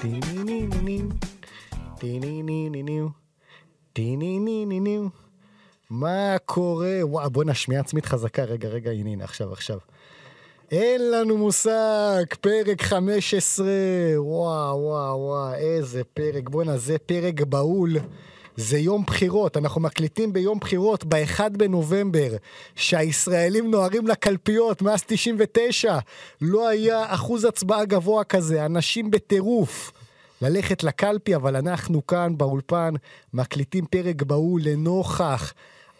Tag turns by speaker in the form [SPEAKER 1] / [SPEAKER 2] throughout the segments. [SPEAKER 1] טי-ני-ני-ני-ני, טי-ני-ני-ני-ניו, טי-ני-ני-ני-ניו. מה קורה? וואו, בוא נשמיע עצמית חזקה. רגע, רגע, הנה, הנה, עכשיו, עכשיו. אין לנו מושג, פרק 15, וואו, וואו, וואו, איזה פרק, בואנה, זה פרק בהול. זה יום בחירות, אנחנו מקליטים ביום בחירות, ב-1 בנובמבר, שהישראלים נוהרים לקלפיות מאז 99. לא היה אחוז הצבעה גבוה כזה, אנשים בטירוף. ללכת לקלפי, אבל אנחנו כאן באולפן מקליטים פרק בהול לנוכח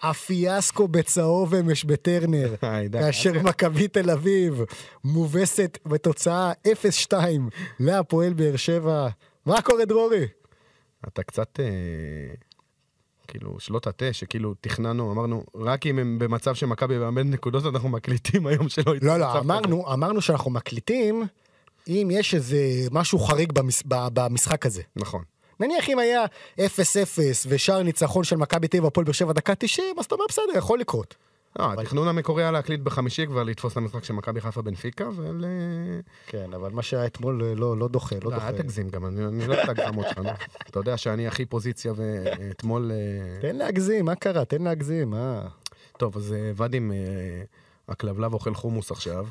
[SPEAKER 1] הפיאסקו בצהוב אמש בטרנר,
[SPEAKER 2] היי, די.
[SPEAKER 1] כאשר מכבי תל אביב מובסת בתוצאה 0-2 להפועל באר שבע. מה קורה דרורי?
[SPEAKER 2] אתה קצת, אה, כאילו, שלא תטעה, שכאילו תכננו, אמרנו, רק אם הם במצב שמכבי מאבד נקודות, אנחנו מקליטים היום שלא יצא
[SPEAKER 1] לא,
[SPEAKER 2] מצב
[SPEAKER 1] לא,
[SPEAKER 2] כזה.
[SPEAKER 1] אמרנו, אמרנו שאנחנו מקליטים אם יש איזה משהו חריג במש, ב- במשחק הזה.
[SPEAKER 2] נכון.
[SPEAKER 1] נניח אם היה 0-0 ושער ניצחון של מכבי תל אביב הפועל באר שבע דקה 90, אז אתה אומר בסדר, יכול לקרות.
[SPEAKER 2] לא, התכנון המקורי היה להקליט בחמישי כבר לתפוס את המשחק של מכבי חיפה בנפיקה, ול...
[SPEAKER 1] כן, אבל מה שהיה אתמול אה, לא, לא דוחה, לא
[SPEAKER 2] לא,
[SPEAKER 1] דוחה.
[SPEAKER 2] אל תגזים גם, אני אני לא אוהב את ההגזמות שלנו. אתה יודע שאני הכי פוזיציה, ואתמול... אה,
[SPEAKER 1] תן להגזים, מה קרה? תן להגזים, מה?
[SPEAKER 2] טוב, אז אה, ואדים, אה, הכלבלב אוכל חומוס עכשיו.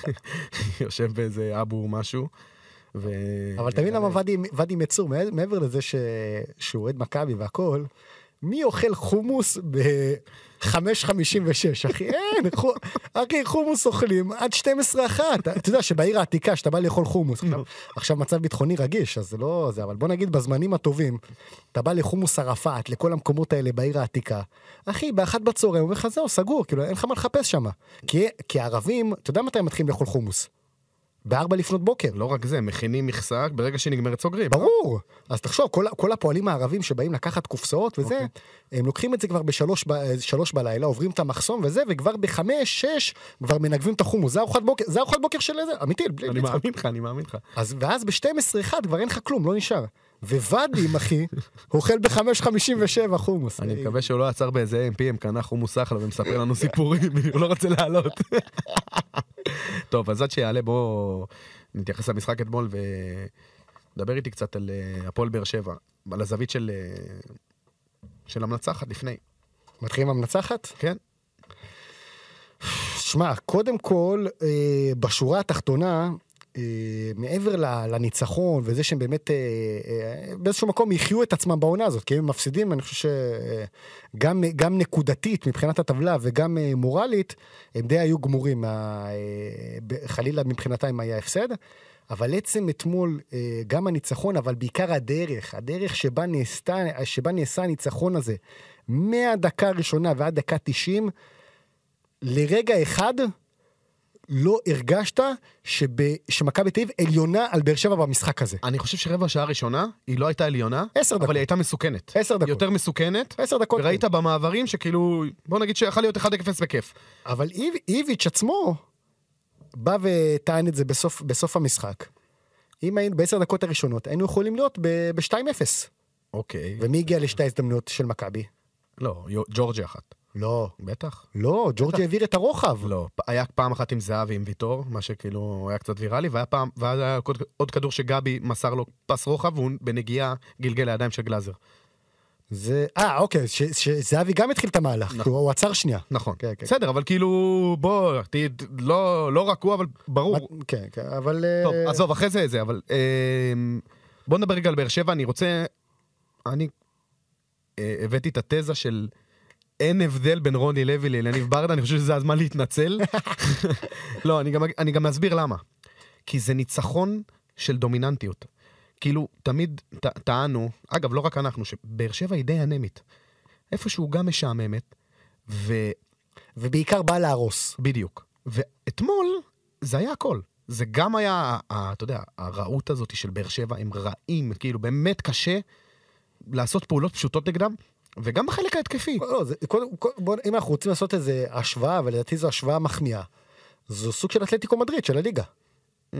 [SPEAKER 2] יושב באיזה אבו משהו. ו...
[SPEAKER 1] אבל אתה מבין למה ואדי- ואדי מצור, מע- מעבר לזה ש- שהוא אוהד מכבי והכל, מי אוכל חומוס ב-5.56, אחי? אין, חו- אחי, חומוס אוכלים עד 12:01. אתה יודע שבעיר העתיקה, כשאתה בא לאכול חומוס, עכשיו- עכשיו מצב ביטחוני רגיש, אז זה לא זה, אבל בוא נגיד בזמנים הטובים, אתה בא לחומוס ערפאת, לכל המקומות האלה בעיר העתיקה, אחי, באחת בצהריים, אומר לך, זהו, סגור, כאילו, אין לך מה לחפש שם. כי- כי הערבים, אתה יודע מתי הם מתחילים לאכול חומוס? בארבע לפנות בוקר.
[SPEAKER 2] לא רק זה, מכינים מכסה, ברגע שהיא נגמרת סוגרים.
[SPEAKER 1] ברור. אז תחשוב, כל, כל הפועלים הערבים שבאים לקחת קופסאות וזה,
[SPEAKER 2] אוקיי.
[SPEAKER 1] okay. הם לוקחים את זה כבר בשלוש, ב- אה, שלוש בלילה, עוברים את המחסום וזה, וכבר בחמש, שש, כבר מנגבים את החומוס. זה ארוחת בוקר, זה ארוחת בוקר של איזה, אמיתי, בלי...
[SPEAKER 2] אני מאמין לך, אני מאמין לך.
[SPEAKER 1] אז, ואז ב-12-1 כבר אין לך כלום, לא נשאר. וואדים, אחי, אוכל ב-5.57 חומוס.
[SPEAKER 2] אני
[SPEAKER 1] אה,
[SPEAKER 2] מקווה שהוא לא עצר באיזה MP, קנה חומוס אחלה ומספר לנו סיפורים, הוא לא רוצה לעלות. טוב, אז עד שיעלה בואו נתייחס למשחק אתמול ודבר איתי קצת על אה, הפועל באר שבע, על הזווית של אה, של המלצה אחת לפני.
[SPEAKER 1] מתחילים עם המנצחת?
[SPEAKER 2] כן?
[SPEAKER 1] שמע, קודם כל, אה, בשורה התחתונה, אה, מעבר ל- לניצחון וזה שהם באמת אה, אה, באיזשהו מקום יחיו את עצמם בעונה הזאת, כי אם הם מפסידים, אני חושב אה, שגם גם נקודתית מבחינת הטבלה וגם אה, מורלית, הם די היו גמורים, מה- אה, ב- חלילה מבחינתם היה הפסד. אבל עצם אתמול, אה, גם הניצחון, אבל בעיקר הדרך, הדרך שבה, נעשתה, שבה נעשה הניצחון הזה, מהדקה הראשונה ועד דקה 90, לרגע אחד לא הרגשת שב- שמכבי תל אביב עליונה על באר שבע במשחק הזה.
[SPEAKER 2] אני חושב שרבע שעה ראשונה, היא לא הייתה עליונה,
[SPEAKER 1] עשר דקות.
[SPEAKER 2] אבל היא הייתה מסוכנת.
[SPEAKER 1] עשר דקות.
[SPEAKER 2] יותר מסוכנת,
[SPEAKER 1] עשר דקות.
[SPEAKER 2] וראית במעברים שכאילו, בוא נגיד שיכול להיות 1-0 בכיף.
[SPEAKER 1] אבל איב, איביץ' עצמו בא וטען את זה בסוף, בסוף המשחק. אם היינו בעשר דקות הראשונות, היינו יכולים להיות ב-2-0.
[SPEAKER 2] אוקיי.
[SPEAKER 1] ומי הגיע לשתי ההזדמנויות של מכבי?
[SPEAKER 2] לא, יו- ג'ורג'י אחת.
[SPEAKER 1] לא.
[SPEAKER 2] בטח.
[SPEAKER 1] לא, ג'ורג'י העביר את הרוחב.
[SPEAKER 2] לא, פ- היה פעם אחת עם זהבי עם ויטור, מה שכאילו היה קצת ויראלי, והיה פעם, ואז היה עוד- עוד כדור שגבי מסר לו פס רוחב, והוא בנגיעה גלגל לידיים של גלאזר.
[SPEAKER 1] זה... אה, אוקיי, ש- שזהבי גם התחיל את המהלך, כי הוא הוא עצר שנייה.
[SPEAKER 2] נכון.
[SPEAKER 1] כן, כן.
[SPEAKER 2] בסדר, אבל כאילו, בוא, ת- לא לא רק הוא, אבל ברור.
[SPEAKER 1] מה- כן, כן, אבל... אה,
[SPEAKER 2] טוב, עזוב, אחרי זה זה, אבל... אמ, בוא נדבר רגע על באר שבע, אני רוצה... אני אה, הבאתי את התזה של אין הבדל בין רוני לוי לאלניב ברדה, אני חושב שזה הזמן להתנצל. לא, אני גם, אני גם אסביר למה. כי זה ניצחון של דומיננטיות. כאילו, תמיד ט, טענו, אגב, לא רק אנחנו, שבאר שבע היא די אנמית. איפשהו גם משעממת, ו...
[SPEAKER 1] ובעיקר בא להרוס.
[SPEAKER 2] בדיוק. ואתמול זה היה הכל. זה גם היה, ה- ה- אתה יודע, הרעות הזאת של באר שבע, הם רעים, כאילו באמת קשה לעשות פעולות פשוטות נגדם, וגם בחלק ההתקפי.
[SPEAKER 1] לא, זה, קודם, קודם, בוא, אם אנחנו רוצים לעשות איזה השוואה, ולדעתי זו השוואה מחמיאה, זו סוג של אתלטיקו מדריד של הליגה.
[SPEAKER 2] אמ,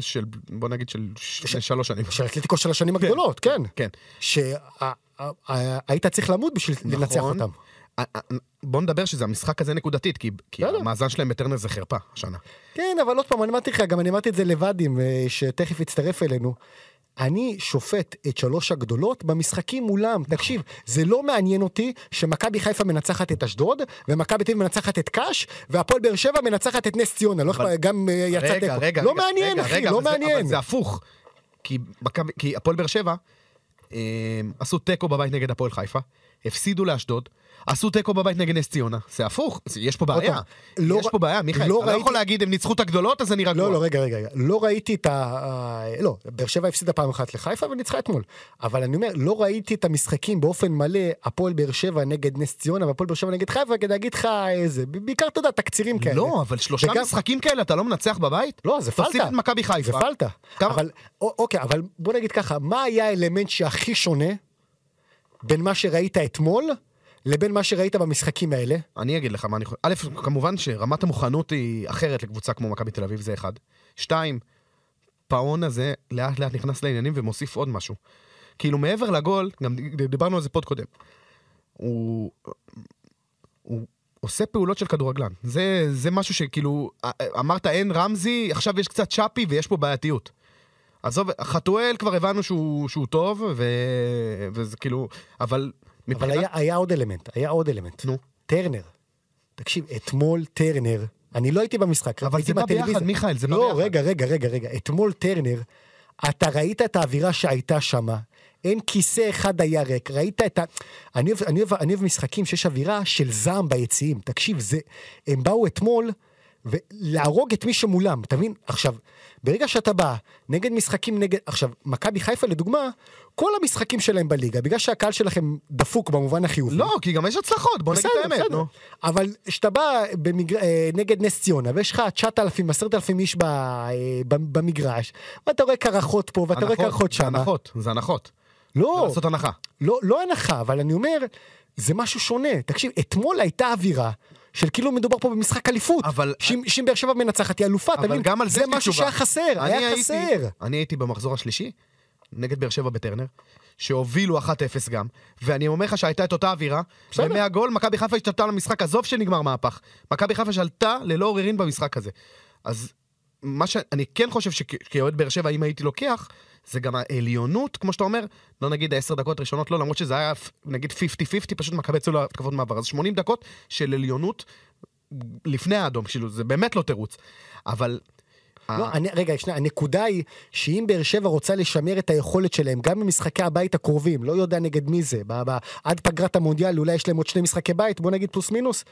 [SPEAKER 2] של, בוא נגיד של ש... שלוש שנים.
[SPEAKER 1] של אתלטיקו של השנים הגדולות, כן.
[SPEAKER 2] כן.
[SPEAKER 1] שהיית צריך למות בשביל
[SPEAKER 2] נכון.
[SPEAKER 1] לנצח אותם.
[SPEAKER 2] א- א- בוא נדבר שזה המשחק הזה נקודתית, כי, כי
[SPEAKER 1] בסדר.
[SPEAKER 2] המאזן שלהם בטרנר זה חרפה השנה.
[SPEAKER 1] כן, אבל עוד פעם, אני אמרתי לך, גם אני אמרתי את זה לוואדים, אה, שתכף יצטרף אלינו. אני שופט את שלוש הגדולות במשחקים מולם. תקשיב, זה לא מעניין אותי שמכבי חיפה מנצחת את אשדוד, ומכבי תל אביב מנצחת את קאש, והפועל באר שבע מנצחת את נס ציונה. לא אכפת, גם אה, יצא
[SPEAKER 2] רגע, רגע,
[SPEAKER 1] תיקו. לא
[SPEAKER 2] רגע,
[SPEAKER 1] מעניין,
[SPEAKER 2] רגע,
[SPEAKER 1] אחי,
[SPEAKER 2] רגע,
[SPEAKER 1] לא
[SPEAKER 2] אבל זה-
[SPEAKER 1] מעניין.
[SPEAKER 2] אבל זה הפוך. כי מכבי- כי הפועל באר שבע אה, עשו תיקו בבית נגד הפועל חיפה, הפסידו לאשדוד, עשו תיקו בבית נגד נס ציונה. זה הפוך, זה- יש פה בעיה.
[SPEAKER 1] פעם, לא
[SPEAKER 2] יש
[SPEAKER 1] ר-
[SPEAKER 2] פה בעיה, מיכאל.
[SPEAKER 1] לא
[SPEAKER 2] אתה לא
[SPEAKER 1] ראיתי-
[SPEAKER 2] יכול להגיד, הם ניצחו את הגדולות, אז אני רגוע.
[SPEAKER 1] לא, לא, רגע, רגע, רגע. לא ראיתי את ה... ה- לא, באר שבע הפסידה פעם אחת לחיפה וניצחה אתמול. אבל אני אומר, לא ראיתי את המשחקים באופן מלא, הפועל באר שבע נגד נס ציונה והפועל באר שבע נגד חיפה, כדי להגיד לך איזה... בעיקר, אתה יודע, תקצירים כאלה.
[SPEAKER 2] לא, אבל שלושה
[SPEAKER 1] כן. וגם-
[SPEAKER 2] משחקים כאלה אתה לא מנצח בבית?
[SPEAKER 1] לא, זה
[SPEAKER 2] תפסיד
[SPEAKER 1] פלטה.
[SPEAKER 2] את מכבי חיפה.
[SPEAKER 1] זה פלטה.
[SPEAKER 2] כמה-
[SPEAKER 1] אבל, א- אוקיי, אבל בוא נגיד ככה, מה היה האלמנט שהכי שונה בין מה שראית אתמול לבין מה שראית במשחקים האלה?
[SPEAKER 2] אני אגיד לך מה אני חושב. א', כמובן שרמת המוכנות היא אחרת לקבוצה כמו מכבי תל אביב, זה אחד. שתיים, פאון הזה לאט לאט נכנס לעניינים ומוסיף עוד משהו. כאילו מעבר לגול, גם ד- דיברנו על זה פוד קודם. הוא... הוא עושה פעולות של כדורגלן. זה, זה משהו שכאילו, א- אמרת אין רמזי, עכשיו יש קצת צ'אפי ויש פה בעייתיות. עזוב, חתואל כבר הבנו שהוא, שהוא טוב, ו... וזה כאילו, אבל...
[SPEAKER 1] אבל היה, היה עוד אלמנט, היה עוד אלמנט.
[SPEAKER 2] נו.
[SPEAKER 1] טרנר. תקשיב, אתמול טרנר, אני לא הייתי במשחק,
[SPEAKER 2] אבל
[SPEAKER 1] הייתי
[SPEAKER 2] זה בא
[SPEAKER 1] בטלוויזיה.
[SPEAKER 2] ביחד, מיכאל, זה בא
[SPEAKER 1] לא,
[SPEAKER 2] ביחד.
[SPEAKER 1] רגע, רגע, רגע, רגע. אתמול טרנר, אתה ראית את האווירה שהייתה שמה, אין כיסא אחד היה ריק, ראית את ה... אני אוהב, אני אוהב, אני אוהב משחקים שיש אווירה של זעם ביציעים. תקשיב, זה... הם באו אתמול ולהרוג את מי שמולם, אתה מבין? עכשיו, ברגע שאתה בא נגד משחקים נגד... עכשיו, מכבי חיפה לדוגמה, כל המשחקים שלהם בליגה, בגלל שהקהל שלכם דפוק במובן החיובי.
[SPEAKER 2] לא, כי גם יש הצלחות, בוא נגיד
[SPEAKER 1] בסדר,
[SPEAKER 2] את האמת,
[SPEAKER 1] בסדר.
[SPEAKER 2] נו.
[SPEAKER 1] אבל כשאתה בא במגר... אה, נגד נס ציונה, ויש לך 9,000, 10,000 איש ב... אה, ב- במגרש, ואתה רואה קרחות פה, ואתה רואה
[SPEAKER 2] הנחות,
[SPEAKER 1] קרחות
[SPEAKER 2] זה
[SPEAKER 1] שם.
[SPEAKER 2] הנחות, זה הנחות. זה
[SPEAKER 1] לא,
[SPEAKER 2] לעשות הנחה.
[SPEAKER 1] לא, לא הנחה, אבל אני אומר, זה משהו שונה. תקשיב, אתמול הייתה אווירה של כאילו מדובר פה במשחק אליפות.
[SPEAKER 2] אבל-
[SPEAKER 1] שאם שאם באר שבע מנצחת, היא אלופה, אתה
[SPEAKER 2] אבל
[SPEAKER 1] מבין?
[SPEAKER 2] גם על זה
[SPEAKER 1] זה
[SPEAKER 2] יש לי
[SPEAKER 1] משהו
[SPEAKER 2] תשובה.
[SPEAKER 1] שהיה חסר,
[SPEAKER 2] אני
[SPEAKER 1] היה
[SPEAKER 2] הייתי-
[SPEAKER 1] חסר.
[SPEAKER 2] אני הייתי במחזור השלישי, נגד באר שבע בטרנר, שהובילו 1-0 גם, ואני אומר לך שהייתה את אותה אווירה,
[SPEAKER 1] בסדר.
[SPEAKER 2] ומהגול מכבי חיפה השתלטה על המשחק, עזוב שנגמר מהפך. מכבי חיפה שלטה ללא עוררין במשחק הזה. אז מה שאני כן חושב שכ- כאוהד באר שבע, אם הייתי לוקח, זה גם העליונות, כמו שאתה אומר, לא נגיד העשר דקות הראשונות, לא, למרות שזה היה נגיד 50-50, פשוט מכבי יצאו להתקפות מעבר. אז 80 דקות של עליונות לפני האדום, כאילו, זה באמת לא תירוץ. אבל... אה.
[SPEAKER 1] לא, אני, רגע, שנייה, הנקודה היא שאם באר שבע רוצה לשמר את היכולת שלהם, גם במשחקי הבית הקרובים, לא יודע נגד מי זה, ב, ב, עד פגרת המונדיאל אולי יש להם עוד שני משחקי בית, בוא נגיד פלוס מינוס.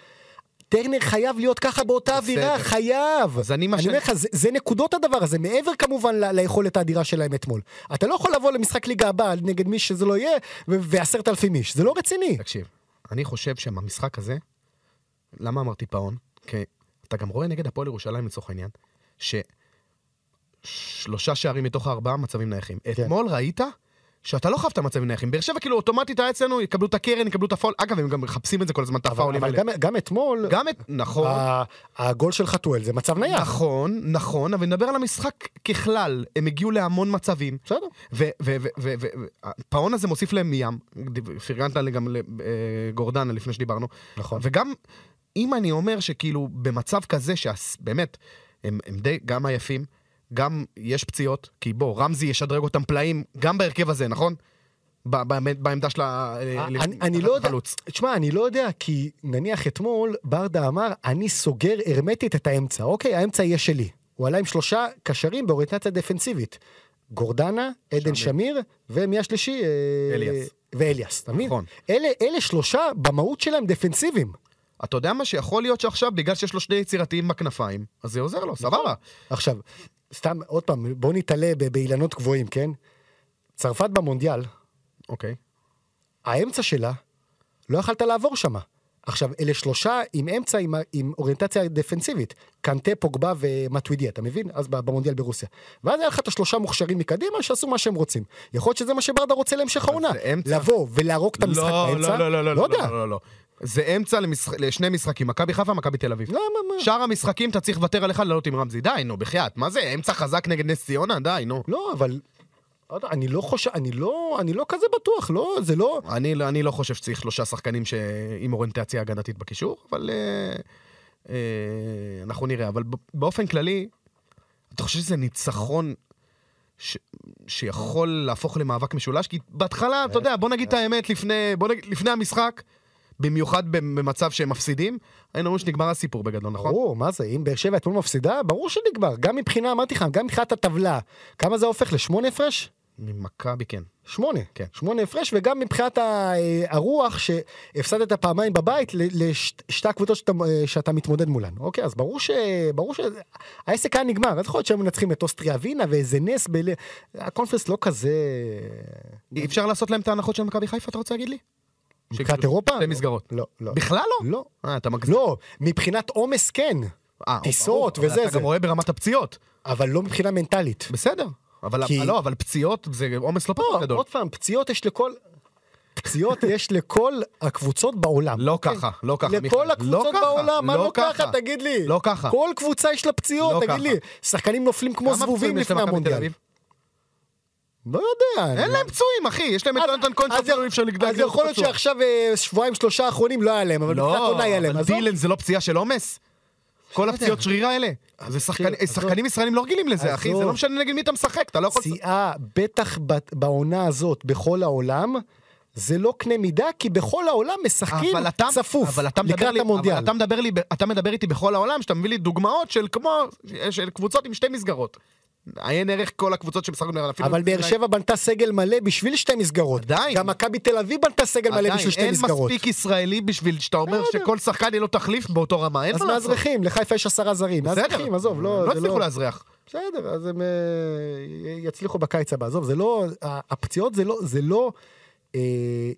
[SPEAKER 1] טרנר חייב להיות ככה באותה אווירה,
[SPEAKER 2] בסדר.
[SPEAKER 1] חייב.
[SPEAKER 2] אז אני מה
[SPEAKER 1] אני
[SPEAKER 2] שאני-
[SPEAKER 1] אומר לך, זה, זה נקודות הדבר הזה, מעבר כמובן ל- ליכולת האדירה שלהם אתמול. אתה לא יכול לבוא למשחק ליגה הבא נגד מי שזה לא יהיה, ועשרת אלפים איש, זה לא רציני.
[SPEAKER 2] תקשיב, אני חושב שבמשחק הזה, למה אמרתי פאון? כי אתה גם רואה נגד הפועל ירושלים לצורך העניין, ששלושה שערים מתוך הארבעה מצבים נייחים. כן. אתמול ראית שאתה לא חייב את המצבים נייחים. באר שבע כאילו אוטומטית היה אצלנו, יקבלו את הקרן, יקבלו את הפאול. אגב, הם גם מחפשים את זה כל הזמן, את
[SPEAKER 1] אבל,
[SPEAKER 2] הפאולים
[SPEAKER 1] אבל
[SPEAKER 2] האלה.
[SPEAKER 1] גם, גם אה, אתמול,
[SPEAKER 2] גם את... נכון.
[SPEAKER 1] ה- הגול של חתואל זה מצב נייח.
[SPEAKER 2] נכון, נכון, אבל נדבר על המשחק ככלל, הם הגיעו להמון מצבים,
[SPEAKER 1] בסדר.
[SPEAKER 2] והפאון הזה מוסיף להם מים, דיב- פרגנת לי גם לגורדנה לפני שדיברנו.
[SPEAKER 1] נכון.
[SPEAKER 2] וגם, אם אני אומר שכאילו, במצב כזה, שבאמת, הם, הם די גם עייפים, גם יש פציעות, כי בוא, רמזי ישדרג אותם פלאים, גם בהרכב הזה, נכון? ב- ב- בעמדה של ה... אה,
[SPEAKER 1] אני- אני לא יודע, תשמע, אני לא יודע, כי נניח אתמול ברדה אמר, אני סוגר הרמטית את האמצע, אוקיי, האמצע יהיה שלי. הוא עלה עם שלושה קשרים באוריינטציה דפנסיבית. גורדנה, עדן שמיר, ומי השלישי? אה,
[SPEAKER 2] אליאס.
[SPEAKER 1] ואליאס, אתה מבין?
[SPEAKER 2] נכון.
[SPEAKER 1] אלה, אלה שלושה במהות שלהם דפנסיביים.
[SPEAKER 2] אתה יודע מה שיכול להיות שעכשיו, בגלל שיש לו שני יצירתיים בכנפיים, אז זה עוזר
[SPEAKER 1] נכון.
[SPEAKER 2] לו, סבבה.
[SPEAKER 1] עכשיו, סתם, עוד פעם, בוא נתעלה ב- באילנות גבוהים, כן? צרפת במונדיאל,
[SPEAKER 2] אוקיי.
[SPEAKER 1] האמצע שלה, לא יכלת לעבור שמה. עכשיו, אלה שלושה עם אמצע, עם, עם אוריינטציה דפנסיבית. קנטה, פוגבה ומטווידי, אתה מבין? אז ב- במונדיאל ברוסיה. ואז היה לך את השלושה מוכשרים מקדימה שעשו מה שהם רוצים. יכול להיות שזה מה שברדה רוצה להמשך העונה.
[SPEAKER 2] זה אמצע.
[SPEAKER 1] לבוא ולהרוג את המשחק באמצע?
[SPEAKER 2] לא, לא, לא,
[SPEAKER 1] לא
[SPEAKER 2] לא,
[SPEAKER 1] יודע.
[SPEAKER 2] לא, לא, לא. זה אמצע למשח- לשני משחקים, מכבי חיפה, מכבי תל אביב.
[SPEAKER 1] למה, לא, מה?
[SPEAKER 2] שאר המשחקים אתה צריך לוותר על אחד לעלות עם רמזי. די, נו, בחייאת. מה זה, אמצע חזק נגד נס ציונה? די, נו.
[SPEAKER 1] לא, אבל... לא יודע, אני לא חושב, אני לא, אני לא כזה בטוח, לא, זה לא...
[SPEAKER 2] אני, לא- אני לא חושב שצריך שלושה שחקנים ש... עם אוריינטציה הגנתית בקישור, אבל אה, אה, אנחנו נראה. אבל ב- באופן כללי, אתה חושב שזה ניצחון ש... שיכול להפוך למאבק משולש, כי בהתחלה, אתה יודע, בוא נגיד את האמת, לפני, בוא נגיד, לפני המשחק, במיוחד במצב שהם מפסידים, היינו אומרים שנגמר הסיפור בגדול, נכון?
[SPEAKER 1] ברור, מה זה, אם באר שבע אתמול מפסידה, ברור שנגמר. גם מבחינה, אמרתי לך, גם מבחינת הטבלה. כמה זה הופך לשמונה הפרש?
[SPEAKER 2] ממכבי כן.
[SPEAKER 1] שמונה.
[SPEAKER 2] כן.
[SPEAKER 1] שמונה הפרש, וגם מבחינת ה- אה, הרוח שהפסדת פעמיים בבית ל- לשתי הקבוצות שאתה, אה, שאתה מתמודד מולן. אוקיי, אז ברור ש... ברור שהעסק היה נגמר. אז יכול להיות שהם מנצחים את אוסטריה ווינה ואיזה נס ב... הקונפרנס לא כזה...
[SPEAKER 2] אי אפשר לעשות להם את ההנחות של מכבי חיפה, אתה רוצה להגיד לי?
[SPEAKER 1] מבחינת אירופה?
[SPEAKER 2] שתי מסגרות.
[SPEAKER 1] לא, לא.
[SPEAKER 2] בכלל לא?
[SPEAKER 1] לא.
[SPEAKER 2] אה, אתה מגזים.
[SPEAKER 1] לא, מבחינת עומס כן.
[SPEAKER 2] אה,
[SPEAKER 1] טיסות
[SPEAKER 2] ברור, אבל
[SPEAKER 1] וזה,
[SPEAKER 2] אתה
[SPEAKER 1] זה.
[SPEAKER 2] גם רואה ברמת הפציעות.
[SPEAKER 1] אבל לא מבחינה מנטלית.
[SPEAKER 2] בסדר. אבל
[SPEAKER 1] כי-
[SPEAKER 2] לא, אבל פציעות זה עומס לא
[SPEAKER 1] לא,
[SPEAKER 2] פחות גדול.
[SPEAKER 1] עוד פעם, פציעות יש לכל... פציעות יש לכל הקבוצות בעולם.
[SPEAKER 2] לא ככה, לא ככה, מיכאל.
[SPEAKER 1] לכל
[SPEAKER 2] לא
[SPEAKER 1] הקבוצות
[SPEAKER 2] ככה,
[SPEAKER 1] בעולם, מה
[SPEAKER 2] לא
[SPEAKER 1] לא ככה,
[SPEAKER 2] ככה.
[SPEAKER 1] תגיד לי.
[SPEAKER 2] לא ככה.
[SPEAKER 1] כל קבוצה יש לה
[SPEAKER 2] לא
[SPEAKER 1] פציעות, תגיד
[SPEAKER 2] ככה.
[SPEAKER 1] לי. שחקנים נופלים כמו
[SPEAKER 2] כמה פצועים
[SPEAKER 1] זבובים
[SPEAKER 2] יש
[SPEAKER 1] לפני
[SPEAKER 2] למכבי תל
[SPEAKER 1] המונדיאל.
[SPEAKER 2] אביב?
[SPEAKER 1] לא יודע. אני-
[SPEAKER 2] אין להם פצועים, אחי, יש להם את
[SPEAKER 1] אז-
[SPEAKER 2] יונתן כהן
[SPEAKER 1] אז
[SPEAKER 2] שאפילו אי אפשר לגדל.
[SPEAKER 1] אז יכול להיות שעכשיו אה, שבועיים שלושה האחרונים לא היה להם, אבל בתחילת
[SPEAKER 2] לא,
[SPEAKER 1] עונה היה להם.
[SPEAKER 2] אבל
[SPEAKER 1] עזוב.
[SPEAKER 2] דילן זה לא פציעה של עומס? כל הפציעות שרירה האלה. זה שחקנים-
[SPEAKER 1] עזוב.
[SPEAKER 2] שחקנים ישראלים לא רגילים לזה, אחי, זה
[SPEAKER 1] עזוב.
[SPEAKER 2] לא משנה נגד מי אתה משחק, אתה לא יכול...
[SPEAKER 1] פציעה, בטח בת- בעונה הזאת, בכל העולם, זה לא קנה מידה, כי בכל העולם משחקים
[SPEAKER 2] אבל אתה-
[SPEAKER 1] צפוף
[SPEAKER 2] אבל אתה מדבר
[SPEAKER 1] לקראת
[SPEAKER 2] לי-
[SPEAKER 1] המונדיאל.
[SPEAKER 2] אבל אתה מדבר לי, ב- אתה מדבר איתי בכל העולם, שאתה מביא לי דוגמאות של כמו, של קבוצות עם שתי מסגרות. עיין ערך כל הקבוצות שמשחקות נגד אפילו...
[SPEAKER 1] אבל באר שבע בנתה סגל מלא בשביל שתי מסגרות.
[SPEAKER 2] עדיין.
[SPEAKER 1] גם מכבי תל אביב בנתה סגל מלא
[SPEAKER 2] עדיין,
[SPEAKER 1] בשביל שתי
[SPEAKER 2] אין
[SPEAKER 1] מסגרות.
[SPEAKER 2] מספיק ישראלי בשביל שאתה אומר שכל שחקן יהיה לו תחליף באותו רמה, אין
[SPEAKER 1] אז
[SPEAKER 2] מה
[SPEAKER 1] מה
[SPEAKER 2] לעשות.
[SPEAKER 1] אזרחים? לחיפה יש עשרה זרים.
[SPEAKER 2] בסדר.
[SPEAKER 1] אזרחים, עזוב, לא...
[SPEAKER 2] לא
[SPEAKER 1] זה
[SPEAKER 2] הצליחו לאזרח.
[SPEAKER 1] בסדר, אז הם אה, יצליחו בקיץ הבא. עזוב, זה לא... ה- הפציעות זה לא... זה לא... אה,